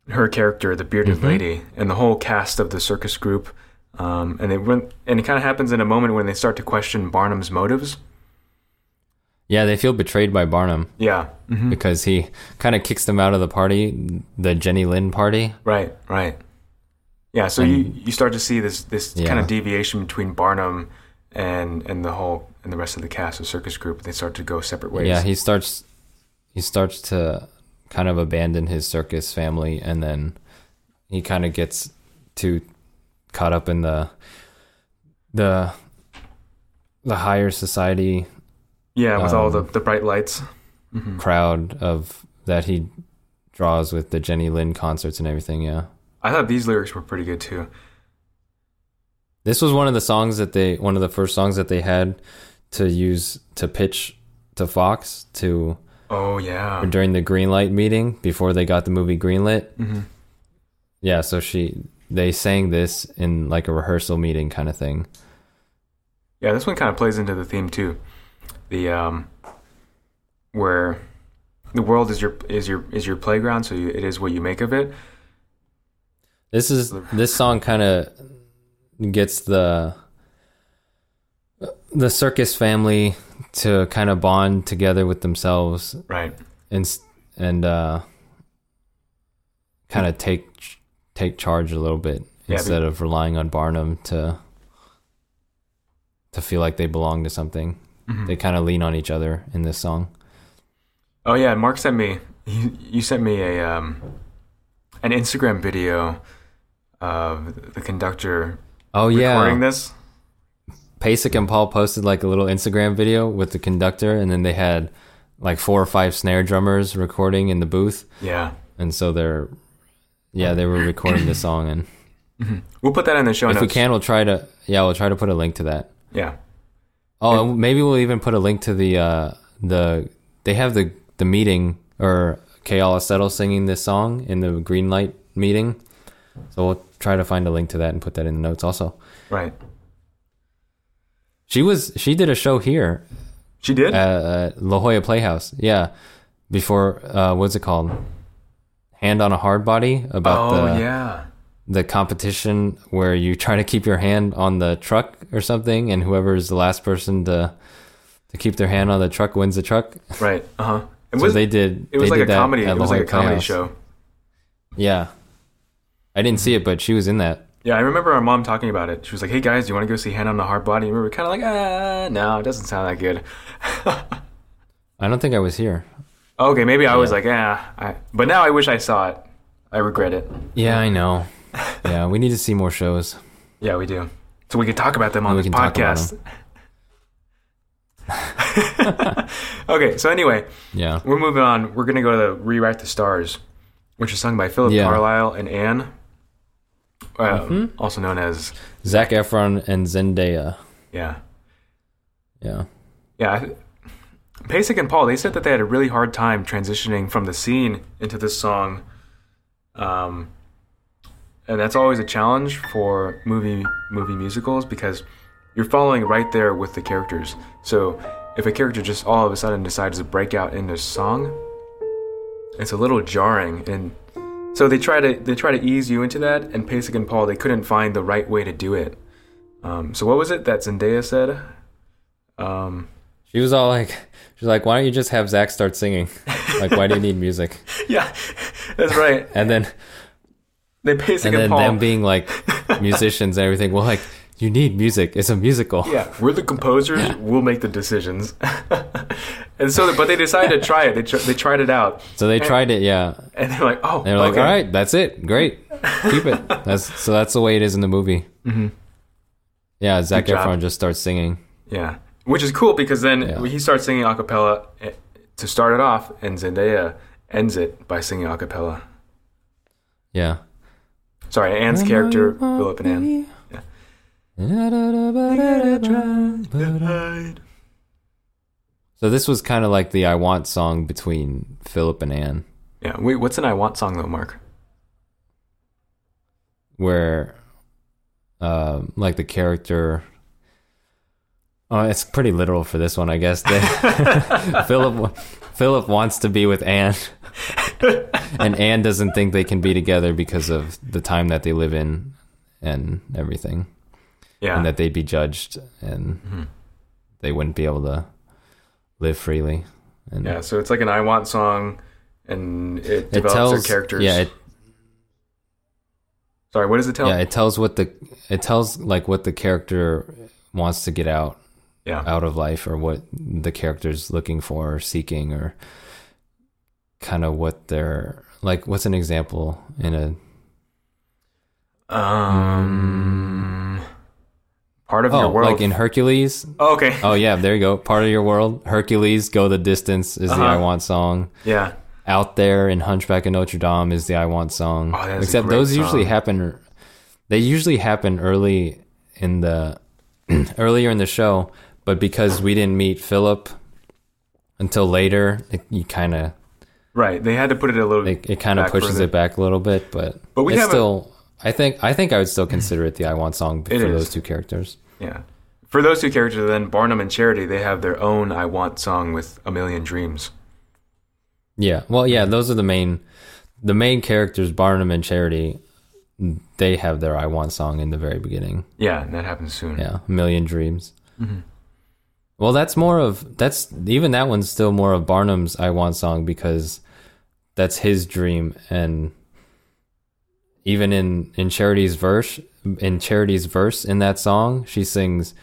Speaker 1: her character the bearded lady and the whole cast of the circus group um, and they went, and it kind of happens in a moment when they start to question Barnum's motives
Speaker 2: yeah. They feel betrayed by Barnum
Speaker 1: yeah hmm
Speaker 2: because he kind of kicks them out of the party, the Jenny Lynn party.
Speaker 1: Right, right. Yeah, so you, you start to see this this kind
Speaker 2: Yeah.
Speaker 1: of deviation between Barnum and and the whole and the rest of the cast of Circus Group. They start to go separate ways.
Speaker 2: Yeah, he starts he starts to kind of abandon his circus family and then he kind of gets too caught up in the the the higher society
Speaker 1: yeah, with all the,
Speaker 2: Um, Mm-hmm.
Speaker 1: the bright lights.
Speaker 2: crowd of that he draws with the Jenny Lynn concerts and everything, yeah.
Speaker 1: I thought these lyrics were pretty good too.
Speaker 2: This was one of the songs that they one of the first songs that they had to use to pitch to Fox to
Speaker 1: Oh yeah,
Speaker 2: during the green light meeting before they got the movie greenlit.
Speaker 1: Mhm.
Speaker 2: Yeah, so she they sang this in like a rehearsal meeting kind of thing.
Speaker 1: yeah. This one kind of plays into the theme too. The um, where the world is your is your is your playground, so you, it is what you make of it.
Speaker 2: This is this song kind of gets the the circus family to kind of bond together with themselves
Speaker 1: Right.
Speaker 2: and s- and uh kind of take ch- take charge a little bit
Speaker 1: Yeah, be-
Speaker 2: instead of relying on Barnum to to feel like they
Speaker 1: Hmm.
Speaker 2: belong Mm-hmm. to something. They kind of lean on each other in this song.
Speaker 1: Oh yeah, Mark sent me you, you sent me a um, an Instagram video of the conductor
Speaker 2: Oh yeah,
Speaker 1: recording this.
Speaker 2: Pasek and Paul posted like a little Instagram video with the conductor, and then they had like four or five snare drummers recording in the booth,
Speaker 1: Yeah,
Speaker 2: and so they're yeah they were recording the song, and
Speaker 1: we'll put that in the show
Speaker 2: if
Speaker 1: notes.
Speaker 2: we can, we'll try to yeah we'll try to put a link to that.
Speaker 1: Yeah,
Speaker 2: Oh, and maybe we'll even put a link to the uh, the they have the the meeting or Kayala Settle singing this song in the green light meeting. So we'll try to find a link to that and put that in the notes also.
Speaker 1: right.
Speaker 2: She was she did a show here
Speaker 1: She did.
Speaker 2: uh, La Jolla Playhouse. Yeah, before uh, what's it called? Hand on a hard body about
Speaker 1: oh
Speaker 2: uh, the
Speaker 1: yeah,
Speaker 2: the competition where you try to keep your hand on the truck or something, and whoever is the last person to to keep their hand on the truck wins the truck.
Speaker 1: right. Uh huh. It
Speaker 2: So
Speaker 1: was
Speaker 2: they did.
Speaker 1: it was
Speaker 2: they
Speaker 1: like a
Speaker 2: did that
Speaker 1: comedy.
Speaker 2: at
Speaker 1: It
Speaker 2: La
Speaker 1: was like a
Speaker 2: Jolla
Speaker 1: comedy
Speaker 2: Playhouse.
Speaker 1: show.
Speaker 2: Yeah, I didn't see it, but she was in that.
Speaker 1: Yeah, I remember our mom talking about it. She was like, "Hey guys, do you want to go see Hand on the Hard Body?" And we were kind of like, "Ah, no, it doesn't sound that good."
Speaker 2: I don't think I was here.
Speaker 1: Okay, maybe I was like, "Ah," I, but now I wish I saw it. I regret it.
Speaker 2: Yeah, I know. [LAUGHS] yeah, we need to see more shows.
Speaker 1: Yeah, we do. So we could talk about them on
Speaker 2: We
Speaker 1: this
Speaker 2: can talk about
Speaker 1: podcast. [LAUGHS]
Speaker 2: [LAUGHS]
Speaker 1: okay, so anyway,
Speaker 2: Yeah.
Speaker 1: we're moving on. We're gonna go to Rewrite the Stars, which is sung by Philip
Speaker 2: Yeah. Mm-hmm.
Speaker 1: Carlisle and Anne, uh, also known as
Speaker 2: Zach Efron and Zendaya.
Speaker 1: yeah,
Speaker 2: Yeah.
Speaker 1: yeah. I- Pasek and Paul they said that they had a really hard time transitioning from the scene into this song, um, and that's always a challenge for movie movie musicals because you're following right there with the characters. So if a character just all of a sudden decides to break out into song, it's a little jarring and so they try to they try to ease you into that and Pasek and Paul they couldn't find the right way to do it. Um, so what was it that Zendaya said? Um,
Speaker 2: She was all like, she's like, why don't you just have Zach start singing? Like, why do you need music?
Speaker 1: [LAUGHS] yeah, that's right.
Speaker 2: And
Speaker 1: [LAUGHS]
Speaker 2: then,
Speaker 1: They Pasek
Speaker 2: and
Speaker 1: and,
Speaker 2: then
Speaker 1: Paul.
Speaker 2: them being
Speaker 1: [LAUGHS]
Speaker 2: like musicians and everything. Well, like, you need music. It's a musical.
Speaker 1: yeah, we're the composers. We'll make the decisions. [LAUGHS] and so, but they decided to try it. They tr- they tried it out,
Speaker 2: So they tried it. Yeah.
Speaker 1: and they're like, oh,
Speaker 2: They're like,
Speaker 1: okay.
Speaker 2: all right, that's it. Great. Keep it.
Speaker 1: [LAUGHS]
Speaker 2: That's so that's the way it is in the movie. Mm-hmm. Yeah, Zach
Speaker 1: Good job.
Speaker 2: Efron just starts singing.
Speaker 1: Yeah, which is cool because then
Speaker 2: Yeah.
Speaker 1: he starts singing a cappella eh, to start it off, and Zendaya ends it by singing a cappella.
Speaker 2: Yeah.
Speaker 1: Sorry, Anne's character, Philip and Anne.
Speaker 2: So this was kind of like the I Want song between Philip and Anne,
Speaker 1: Yeah, wait, what's an I Want song though, Mark?
Speaker 2: where, um, like the character. Oh, it's pretty literal for this one, I guess. They- [LAUGHS] Philip, Philip wants to be with Anne, and Anne doesn't think they can be together because of the time that they live in, and everything.
Speaker 1: Yeah, Mm-hmm.
Speaker 2: and that they'd be judged and they wouldn't be able to live freely. And
Speaker 1: yeah. So it's like an I Want song, and it
Speaker 2: it
Speaker 1: develops
Speaker 2: tells
Speaker 1: their characters.
Speaker 2: Yeah, it,
Speaker 1: Sorry, what does it tell?
Speaker 2: yeah, it tells what the it tells like what the character wants to get out
Speaker 1: yeah.
Speaker 2: out of life or what the character's looking for or seeking or kind of what they're like. What's an example in a
Speaker 1: Um, part of
Speaker 2: oh
Speaker 1: your world.
Speaker 2: like in Hercules?
Speaker 1: oh, okay.
Speaker 2: Oh yeah, there you go. Part of your world, Hercules, go the distance is the
Speaker 1: Uh-huh.
Speaker 2: I want song.
Speaker 1: Yeah.
Speaker 2: out there in Hunchback of Notre Dame is the I Want song.
Speaker 1: Oh, that is a
Speaker 2: Except
Speaker 1: great
Speaker 2: those usually
Speaker 1: song.
Speaker 2: happen. They usually happen early in the [CLEARS THROAT] earlier in the show, but because we didn't meet Philip until later, it, you kind of
Speaker 1: Right. They had to put it a little.
Speaker 2: it, it kind of
Speaker 1: Back
Speaker 2: pushes
Speaker 1: further.
Speaker 2: it back a little bit. But
Speaker 1: But we
Speaker 2: it's
Speaker 1: haven't-
Speaker 2: still. I think I think I would still consider it the I Want song for
Speaker 1: It is.
Speaker 2: those two characters.
Speaker 1: yeah. For those two characters, then Barnum and Charity, they have their own "I Want" song with "A Million Dreams."
Speaker 2: Yeah. Well, yeah, those are the main the main characters Barnum and Charity. They have their I Want song in the very beginning.
Speaker 1: Yeah, and that happens soon. Mm-hmm.
Speaker 2: Yeah, a million dreams. Well, that's more of that's even that one's still more of Barnum's "I Want" song because that's his dream, and even in in Charity's verse, in Charity's verse in that song, she sings,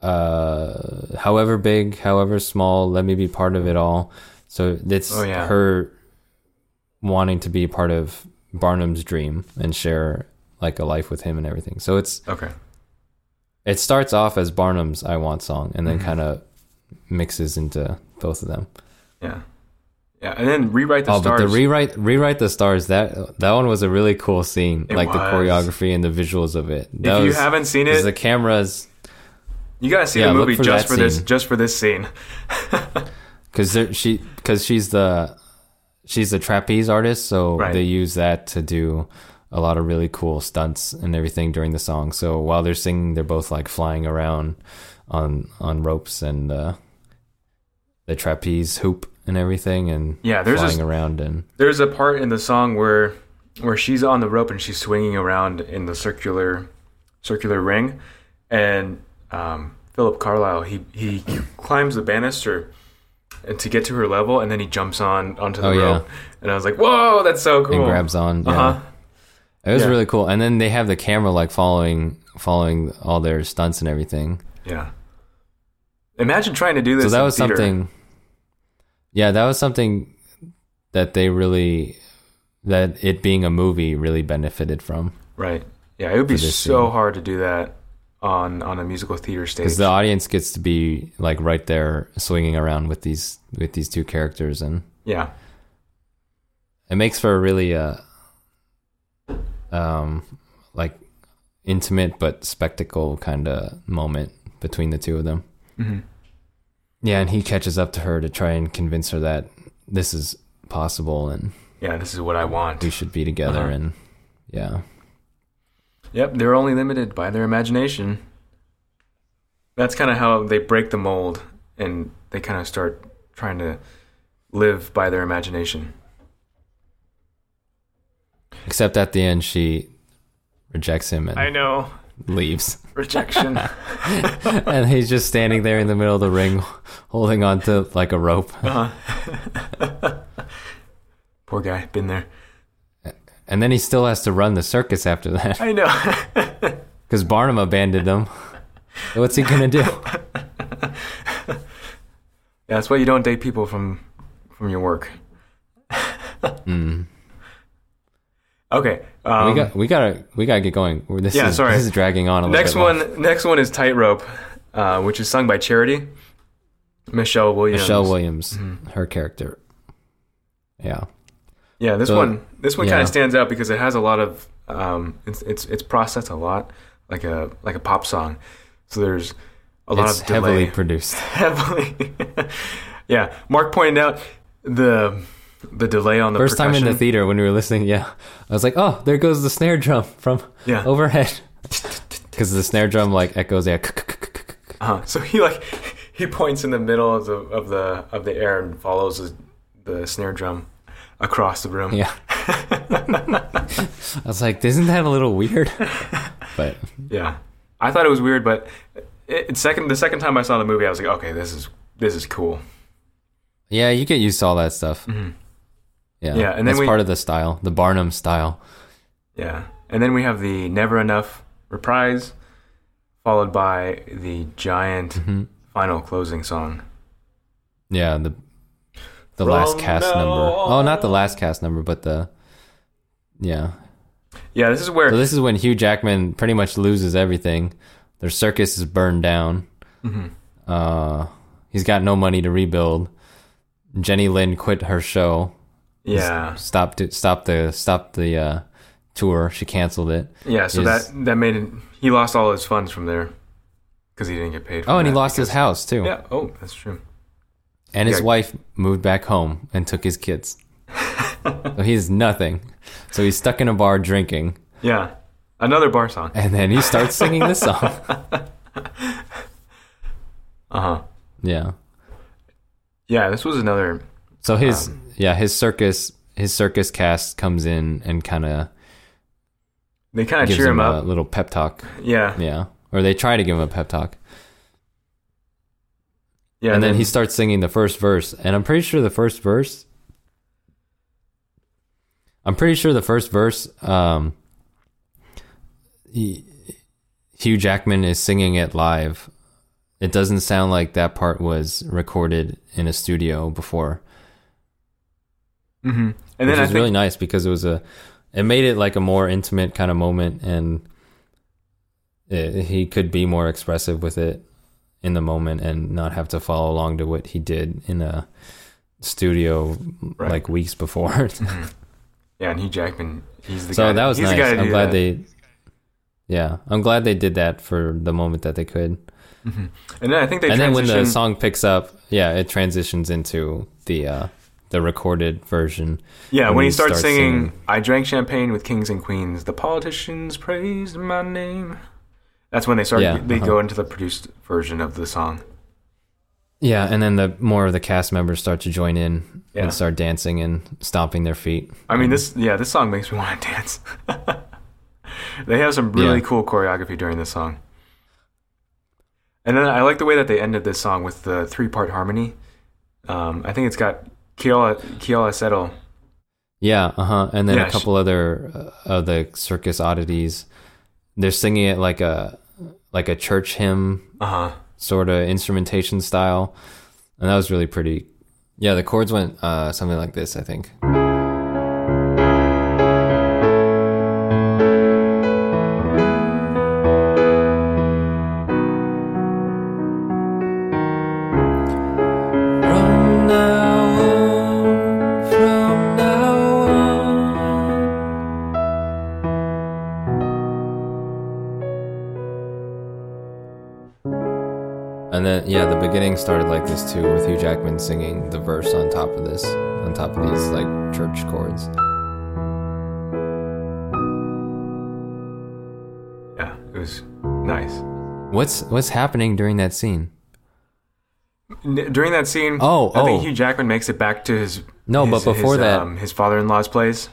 Speaker 2: uh, "However big, however small, let me be part of it all." So it's
Speaker 1: Oh, yeah.
Speaker 2: her wanting to be part of Barnum's dream and share like a life with him and everything. So it's
Speaker 1: Okay.
Speaker 2: it starts off as Barnum's I Want song and then kind of mixes into both of them.
Speaker 1: Yeah. Yeah. And then rewrite the
Speaker 2: oh,
Speaker 1: stars.
Speaker 2: but the rewrite rewrite the stars that that one was a really cool scene,
Speaker 1: It
Speaker 2: like the
Speaker 1: was.
Speaker 2: choreography and the visuals of it. That
Speaker 1: if
Speaker 2: was-
Speaker 1: you haven't seen
Speaker 2: 'cause
Speaker 1: it,
Speaker 2: the cameras
Speaker 1: you gotta see
Speaker 2: Yeah,
Speaker 1: the
Speaker 2: look
Speaker 1: movie
Speaker 2: for
Speaker 1: just
Speaker 2: that
Speaker 1: for this,
Speaker 2: scene.
Speaker 1: just for this scene.
Speaker 2: because she because she's the she's the trapeze artist, so
Speaker 1: Right.
Speaker 2: they use that to do a lot of really cool stunts and everything during the song. So while they're singing, they're both like flying around on on ropes and uh, the trapeze hoop and everything, and
Speaker 1: Yeah, there's
Speaker 2: flying
Speaker 1: this-
Speaker 2: around and
Speaker 1: There's a part in the song where where she's on the rope and she's swinging around in the circular circular ring, and um, Philip Carlisle he he climbs the banister and to get to her level, and then he jumps on onto the
Speaker 2: Oh, yeah.
Speaker 1: rope, and I was like, "Whoa, that's so cool!"
Speaker 2: and grabs on. yeah.
Speaker 1: Uh huh.
Speaker 2: It was
Speaker 1: Yeah.
Speaker 2: really cool. And then they have the camera like following following all their stunts and everything.
Speaker 1: Yeah. Imagine trying to do this.
Speaker 2: so that
Speaker 1: in
Speaker 2: was
Speaker 1: theater.
Speaker 2: something Yeah, that was something that they really that it being a movie really benefited from.
Speaker 1: Right. Yeah, it would be
Speaker 2: this
Speaker 1: so
Speaker 2: scene.
Speaker 1: hard to do that on on a musical theater stage.
Speaker 2: Cuz the audience gets to be like right there swinging around with these with these two characters and
Speaker 1: yeah.
Speaker 2: it makes for a really uh um like intimate but spectacle kind of moment between the two of them
Speaker 1: Mhm.
Speaker 2: yeah and he catches up to her to try and convince her that this is possible and
Speaker 1: Yeah, this is what I want.
Speaker 2: we should be together
Speaker 1: Uh-huh.
Speaker 2: and yeah
Speaker 1: Yep, they're only limited by their imagination. That's kind of how they break the mold and they kind of start trying to live by their imagination.
Speaker 2: except at the end she rejects him and
Speaker 1: I know.
Speaker 2: leaves [LAUGHS]
Speaker 1: [LAUGHS] Rejection. Uh-huh.
Speaker 2: and he's just standing there in the middle of the ring holding on to like a rope
Speaker 1: [LAUGHS] Poor guy, been there.
Speaker 2: and then he still has to run the circus after that [LAUGHS]
Speaker 1: I know.
Speaker 2: Because Barnum abandoned him. What's he gonna
Speaker 1: [LAUGHS]
Speaker 2: do?
Speaker 1: [LAUGHS] That's why you don't date people from from your work. Okay. Um,
Speaker 2: Hmm. we got, we gotta, we gotta get going. We're- This
Speaker 1: Yeah,
Speaker 2: is,
Speaker 1: sorry.
Speaker 2: This is dragging on a little
Speaker 1: next
Speaker 2: bit. long.
Speaker 1: one. Next one is Tightrope, uh, which is sung by Charity, Michelle Williams.
Speaker 2: Michelle Williams, her character. Yeah,
Speaker 1: Yeah, this
Speaker 2: So,
Speaker 1: one. This one kind
Speaker 2: yeah.
Speaker 1: of stands out because it has a lot of. Um, it's it's it's processed a lot, like a like a pop song. So there's a lot
Speaker 2: it's
Speaker 1: of
Speaker 2: heavily
Speaker 1: delay. [LAUGHS]
Speaker 2: produced.
Speaker 1: Heavily. [LAUGHS] yeah, Mark pointed out the the delay on the
Speaker 2: First time in the
Speaker 1: percussion.
Speaker 2: theater when we were listening. Yeah, I was like, oh, there goes the snare drum [LAUGHS] from
Speaker 1: Yeah.
Speaker 2: overhead.
Speaker 1: [LAUGHS]
Speaker 2: Because the snare drum like echoes. Yeah,
Speaker 1: Uh-huh. So he like [LAUGHS] he points in the middle of the of the of the air and follows the, the snare drum across the room.
Speaker 2: yeah. I was like, isn't that a
Speaker 1: [LAUGHS]
Speaker 2: little weird? But
Speaker 1: Yeah. I thought it was weird, but it, it second the second time I saw the movie, I was like, okay, this is this is cool.
Speaker 2: Yeah, you get used to all that stuff. Yeah,
Speaker 1: Mm-hmm. Yeah, and then
Speaker 2: that's
Speaker 1: we-
Speaker 2: part of the style, the Barnum style.
Speaker 1: Yeah. And then we have the Never Enough reprise, followed by the giant
Speaker 2: Mm-hmm.
Speaker 1: final closing song.
Speaker 2: Yeah, the the last
Speaker 1: From
Speaker 2: cast
Speaker 1: now
Speaker 2: number. Oh, not the last cast number, but the yeah.
Speaker 1: Yeah, this is where
Speaker 2: So this is when Hugh Jackman pretty much loses everything. Their circus is burned down.
Speaker 1: mm-hmm.
Speaker 2: Uh, he's got no money to rebuild. Jenny Lynn quit her show.
Speaker 1: yeah.
Speaker 2: Stopped it. Stopped the stopped the uh, tour. She canceled it.
Speaker 1: Yeah, so
Speaker 2: is-
Speaker 1: that that made it, he lost all his funds from there cuz he didn't get paid for
Speaker 2: Oh, and he
Speaker 1: that.
Speaker 2: lost his house too.
Speaker 1: Yeah, oh, that's true.
Speaker 2: And his
Speaker 1: Yeah.
Speaker 2: wife moved back home and took
Speaker 1: [LAUGHS]
Speaker 2: his kids. so he's nothing. So he's stuck in a bar drinking,
Speaker 1: Yeah. Another bar song.
Speaker 2: and then he starts singing this song. [LAUGHS]
Speaker 1: Uh-huh.
Speaker 2: Yeah.
Speaker 1: Yeah, this was another
Speaker 2: So his
Speaker 1: Um,
Speaker 2: yeah his circus his circus cast comes in and kind of
Speaker 1: they kind of
Speaker 2: gives
Speaker 1: cheer
Speaker 2: him,
Speaker 1: him
Speaker 2: a
Speaker 1: up.
Speaker 2: little pep talk.
Speaker 1: Yeah.
Speaker 2: Yeah, or they try to give him a pep talk,
Speaker 1: Yeah.
Speaker 2: and then he starts singing the first verse. And I'm pretty sure the first verse. I'm pretty sure the first verse. Um, he- Hugh Jackman is singing it live. It doesn't sound like that part was recorded in a studio before.
Speaker 1: mm-hmm. And
Speaker 2: which
Speaker 1: then I
Speaker 2: is
Speaker 1: think
Speaker 2: really nice because it was a it made it like a more intimate kind of moment and it, he could be more expressive with it in the moment and not have to follow along to what he did in a studio
Speaker 1: Right.
Speaker 2: like weeks before [LAUGHS]
Speaker 1: yeah, and Hugh Jackman, he's the
Speaker 2: so
Speaker 1: guy.
Speaker 2: that was
Speaker 1: he's
Speaker 2: nice
Speaker 1: The guy to
Speaker 2: i'm
Speaker 1: do
Speaker 2: glad
Speaker 1: that.
Speaker 2: they yeah i'm glad they did that for the moment that they could
Speaker 1: And then I think they
Speaker 2: and then when the
Speaker 1: transitioned-
Speaker 2: song picks up yeah it transitions into the uh the recorded version
Speaker 1: Yeah, when,
Speaker 2: when
Speaker 1: he
Speaker 2: he
Speaker 1: starts,
Speaker 2: starts
Speaker 1: singing,
Speaker 2: singing.
Speaker 1: I drank champagne with kings and queens, the politicians praised my name. That's when they start,
Speaker 2: Yeah,
Speaker 1: they
Speaker 2: uh-huh.
Speaker 1: go into the produced version of the song.
Speaker 2: Yeah, and then the more of the cast members start to join in
Speaker 1: Yeah.
Speaker 2: and start dancing and stomping their feet.
Speaker 1: I mean, this, yeah, this song makes me [LAUGHS] want to dance. they have some really
Speaker 2: Yeah.
Speaker 1: cool choreography during this song. And then I like the way that they ended this song with the three part harmony. Um, I think it's got Kiola, Kiola Settle.
Speaker 2: Yeah, uh huh. And then
Speaker 1: Yeah,
Speaker 2: a
Speaker 1: sh-
Speaker 2: couple other uh, of the circus oddities. They're singing it like a like a church hymn
Speaker 1: Uh huh.
Speaker 2: sort of instrumentation style, and that was really pretty. Yeah, the chords went uh, something like this, I think.
Speaker 3: From now on, from now on.
Speaker 2: And then yeah, the beginning started like this too, with Hugh Jackman singing the verse on top of this, on top of these like church chords.
Speaker 1: Yeah, it was nice.
Speaker 2: What's what's happening during that scene?
Speaker 1: N- During that scene,
Speaker 2: Oh,
Speaker 1: I think
Speaker 2: oh.
Speaker 1: Hugh Jackman makes it back to his
Speaker 2: No,
Speaker 1: his-
Speaker 2: but before
Speaker 1: his,
Speaker 2: that-
Speaker 1: um, his father-in-law's place.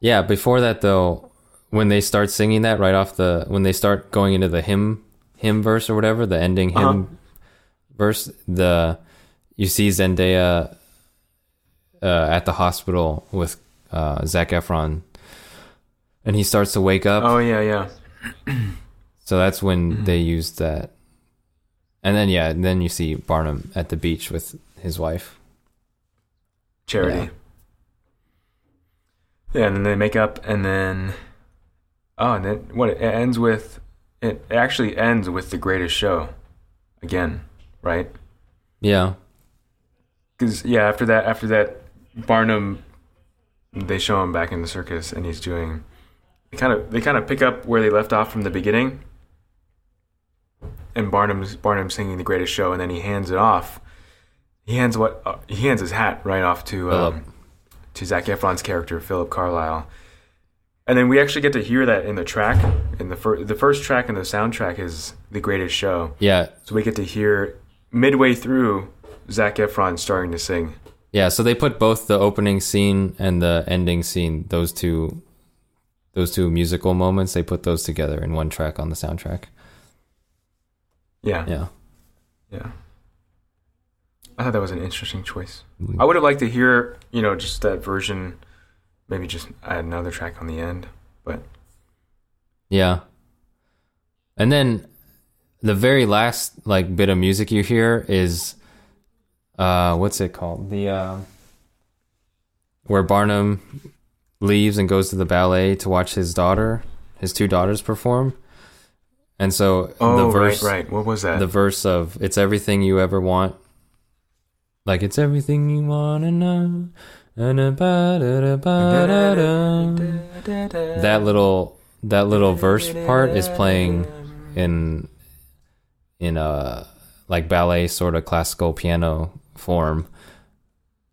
Speaker 2: Yeah, before that though, when they start singing that right off the when they start going into the hymn hymn verse or whatever, the ending hymn
Speaker 1: Uh-huh.
Speaker 2: verse, the you see Zendaya uh, at the hospital with uh, Zach Efron, and he starts to wake up.
Speaker 1: Oh yeah, yeah,
Speaker 2: So that's when they used that, and then yeah, and then you see Barnum at the beach with his wife.
Speaker 1: charity. Yeah. and then they make up, and then oh, and then what? It ends with it actually ends with the greatest show, again, right?
Speaker 2: Yeah,
Speaker 1: Because yeah, after that, after that, Barnum, they show him back in the circus, and he's doing. They kind of they kind of pick up where they left off from the beginning. And Barnum's Barnum singing the greatest show, and then he hands it off. He hands what uh, he hands his hat right off to
Speaker 2: Philip.
Speaker 1: um, to Zach Efron's character Philip Carlisle, and then we actually get to hear that in the track. In the first the first track in the soundtrack is the greatest show,
Speaker 2: yeah,
Speaker 1: so we get to hear midway through Zach Efron starting to sing.
Speaker 2: Yeah, so they put both the opening scene and the ending scene, those two those two musical moments, they put those together in one track on the soundtrack.
Speaker 1: Yeah, yeah.
Speaker 2: Yeah.
Speaker 1: I thought that was an interesting choice.
Speaker 2: Mm-hmm.
Speaker 1: I would have liked to hear, you know, just that version. Maybe just add another track on the end. But
Speaker 2: Yeah. And then the very last like bit of music you hear is uh what's it called? The uh where Barnum leaves and goes to the ballet to watch his daughter, his two daughters perform. And so
Speaker 1: oh,
Speaker 2: the verse
Speaker 1: right, right. What was that?
Speaker 2: the verse of it's everything you ever want like it's everything you want to know and a ba da da ba da da. that little that little verse part is playing in in a like ballet sort of classical piano form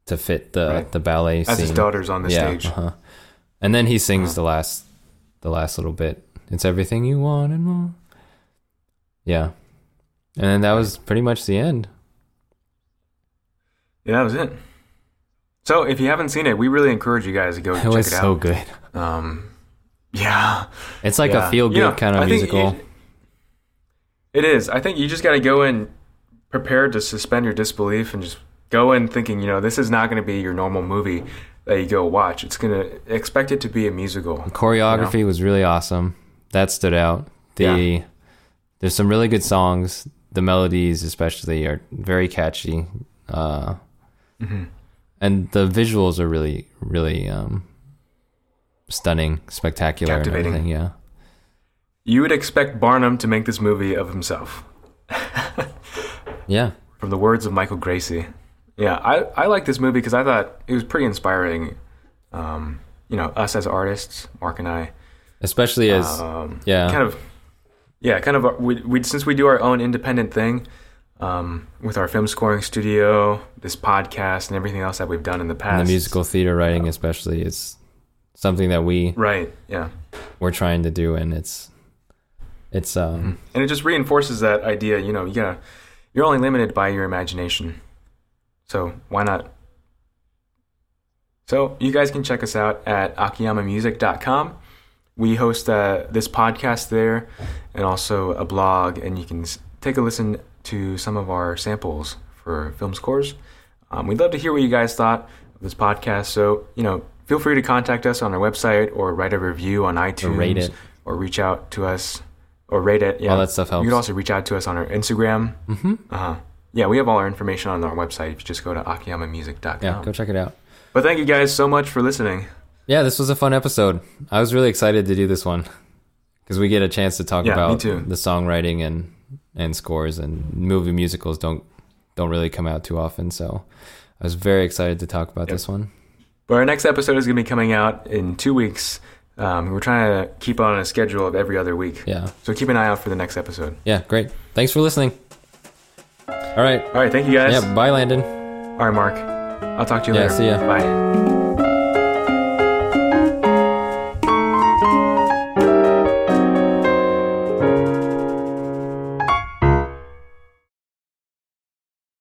Speaker 2: to fit the
Speaker 1: Right.
Speaker 2: the ballet
Speaker 1: As
Speaker 2: scene
Speaker 1: his daughter's on the
Speaker 2: yeah,
Speaker 1: stage.
Speaker 2: uh-huh. and then he sings the last the last little bit it's everything you want and more yeah and then that was pretty much the end
Speaker 1: Yeah, that was it. So if you haven't seen it, we really encourage you guys to go
Speaker 2: it
Speaker 1: check
Speaker 2: was
Speaker 1: it
Speaker 2: so
Speaker 1: out.
Speaker 2: good
Speaker 1: Um, yeah.
Speaker 2: it's like
Speaker 1: Yeah.
Speaker 2: a feel good
Speaker 1: Yeah,
Speaker 2: kind of
Speaker 1: I think
Speaker 2: musical
Speaker 1: you- it is. I think you just got to go in prepared to suspend your disbelief and just go in thinking, you know, this is not going to be your normal movie that you go watch. It's going to expect it to be a musical.
Speaker 2: choreography was really awesome that stood out the
Speaker 1: Yeah.
Speaker 2: there's some really good songs
Speaker 1: Mm-hmm.
Speaker 2: the melodies especially are very catchy uh and the visuals are really, really um, stunning, spectacular, and
Speaker 1: Captivating.
Speaker 2: everything, Yeah,
Speaker 1: You would expect Barnum to make this movie of himself,
Speaker 2: yeah.
Speaker 1: from the words of Michael Gracie. Yeah, I, I like this movie because I thought it was pretty inspiring. Um, you know, us as artists, Mark and I,
Speaker 2: Especially as
Speaker 1: um,
Speaker 2: yeah,
Speaker 1: kind of, yeah, kind of. uh, We, we since we do our own independent thing um, with our film scoring studio, this podcast, and everything else that we've done in the past.
Speaker 2: and the musical theater writing, especially, is something that we
Speaker 1: right? Yeah,
Speaker 2: we're trying to do, and it's it's um
Speaker 1: and it just reinforces that idea. You know, you gotta, you're only limited by your imagination, so why not? So you guys can check us out at akiyamamusic.com. We host uh, this podcast there, and also a blog, and you can s- take a listen to some of our samples for film scores. Um, we'd love to hear what you guys thought of this podcast. So you know, feel free to contact us on our website or write a review on iTunes
Speaker 2: rate it.
Speaker 1: or reach out to us or rate it. Yeah,
Speaker 2: All that stuff Oh, helps.
Speaker 1: You can also reach out to us on our Instagram. Mm-hmm. Uh-huh. Yeah, we have all our information on our website. If you just go to akiyamamusic.com.
Speaker 2: yeah. Go check it out.
Speaker 1: But thank you guys so much for listening.
Speaker 2: Yeah, this was a fun episode. I was really excited to do this one because we get a chance to talk
Speaker 1: Yeah, me
Speaker 2: about
Speaker 1: too.
Speaker 2: the songwriting and and scores and movie musicals don't don't really come out too often. So I was very excited to talk about this one.
Speaker 1: But our next episode is going to be coming out in two weeks. Um, we're trying to keep on a schedule of every other week.
Speaker 2: Yeah,
Speaker 1: So keep an eye out for the next episode.
Speaker 2: yeah, great. Thanks for listening. All right,
Speaker 1: All right, thank you guys.
Speaker 2: yeah, bye, Landon.
Speaker 1: All right, Mark. I'll talk to you
Speaker 2: Yeah,
Speaker 1: later.
Speaker 2: see ya.
Speaker 1: Bye.